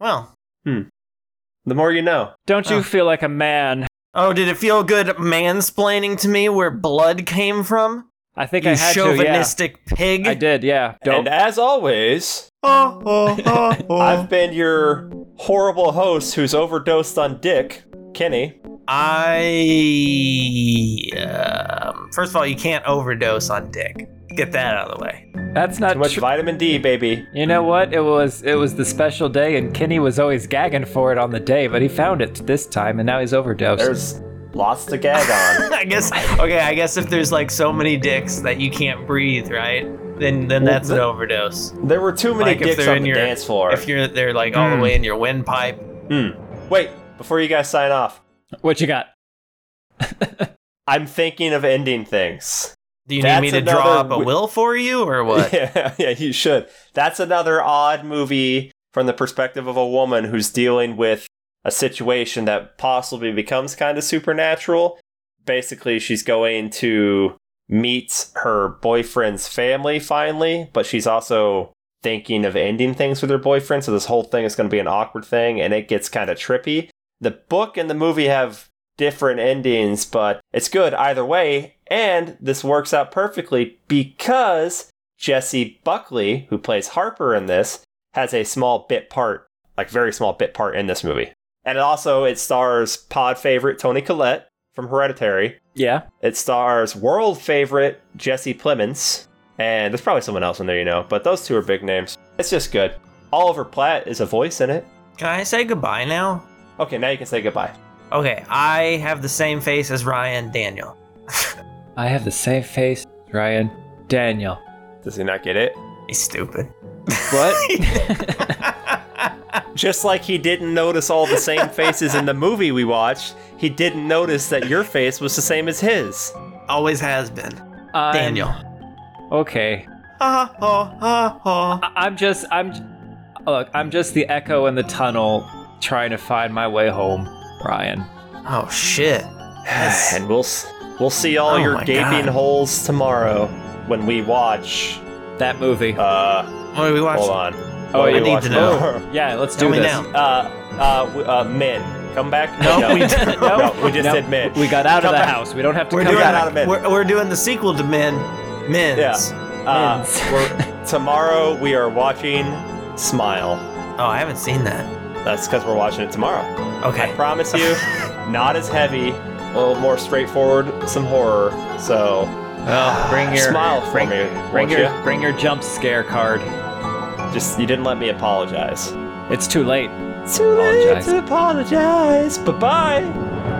A: Well,
B: the more you know.
C: Don't you
A: Oh.
C: feel like a man?
A: oh, did it feel good mansplaining to me where blood came from?
C: I think
A: you
C: I had to. Yeah,
A: chauvinistic pig.
C: I did. Yeah, don't
B: And as always,
A: Oh, oh, oh, oh.
B: I've been your horrible host who's overdosed on dick, Kenny.
A: I. Um, first of all, you can't overdose on dick. Get that out of the way.
C: That's not
B: Too much
C: true.
B: vitamin D, baby.
C: You know what? It was it was the special day, and Kenny was always gagging for it on the day, but he found it this time, and now he's overdosed.
B: There's lots to gag on.
A: I guess. Okay, I guess if there's like so many dicks that you can't breathe, right? Then then
B: Well,
A: that's an
B: the-
A: overdose.
B: There were too many
A: Like, if
B: dicks
A: they're
B: on
A: in
B: the
A: your-
B: dance floor.
A: If you're they're like all the way in your windpipe.
B: Hmm. Wait, before you guys sign off,
C: what you got?
B: I'm thinking of ending things.
A: Do you
B: That's
A: need me to draw
B: another
A: up a
B: wi-
A: will for you or what?
B: Yeah, yeah, you should. That's another odd movie from the perspective of a woman who's dealing with a situation that possibly becomes kind of supernatural. Basically, she's going to meet her boyfriend's family finally, but she's also thinking of ending things with her boyfriend, so this whole thing is going to be an awkward thing and it gets kind of trippy. The book and the movie have different endings, but it's good either way, and this works out perfectly because Jesse Buckley, who plays Harper in this, has a small bit part, like very small bit part in this movie. And it also it stars pod favorite Tony Collette from Hereditary.
C: Yeah.
B: It stars world favorite Jesse Plemons. And there's probably someone else in there, you know, but those two are big names. It's just good. Oliver Platt is a voice in it.
A: Can I say goodbye now?
B: Okay, now you can say goodbye.
A: Okay, I have the same face as Ryan Daniel.
C: I have the same face, Ryan. Daniel.
B: Does he not get it?
A: He's stupid.
C: What?
B: Just like he didn't notice all the same faces in the movie we watched, he didn't notice that your face was the same as his.
A: Always has been.
C: I'm-
A: Daniel.
C: Okay.
A: Ah, oh, ah, oh.
C: I- I'm just. I'm. j- Look, I'm just the echo in the tunnel trying to find my way home, Ryan.
A: Oh, shit. That's-
B: and we'll s- we'll see all
A: Oh
B: your
A: my
B: gaping
A: God.
B: holes tomorrow when we watch.
C: That movie.
B: Uh,
A: What do we watch?
B: hold on.
C: Oh,
B: When
C: I
B: we
A: need
B: watch-
A: to know.
C: yeah, let's
A: Tell
C: do
A: me
C: this.
A: now.
B: Uh, uh, w- uh, men, come back.
A: No, we
C: don't.
B: no, we just
C: Nope.
B: did men.
C: We got out
B: Come
C: of the
B: back.
C: house. We don't have to
A: We're
C: come
A: doing,
B: got
C: back.
B: out of men.
A: We're, we're doing the sequel to Men. Men's.
B: Yeah. Uh,
C: Men's.
B: we're, tomorrow we are watching Smile.
A: Oh, I haven't seen that.
B: That's because we're watching it tomorrow. I
A: Okay.
B: promise you, not as heavy, a little more straightforward, some horror. So
C: Oh, bring your
B: smile for
C: bring,
B: me,
C: Bring
B: won't
C: your
B: ya?
C: bring your jump scare card.
B: Just you didn't let me apologize.
C: It's too late.
B: Too
C: late to
B: apologize. Bye bye.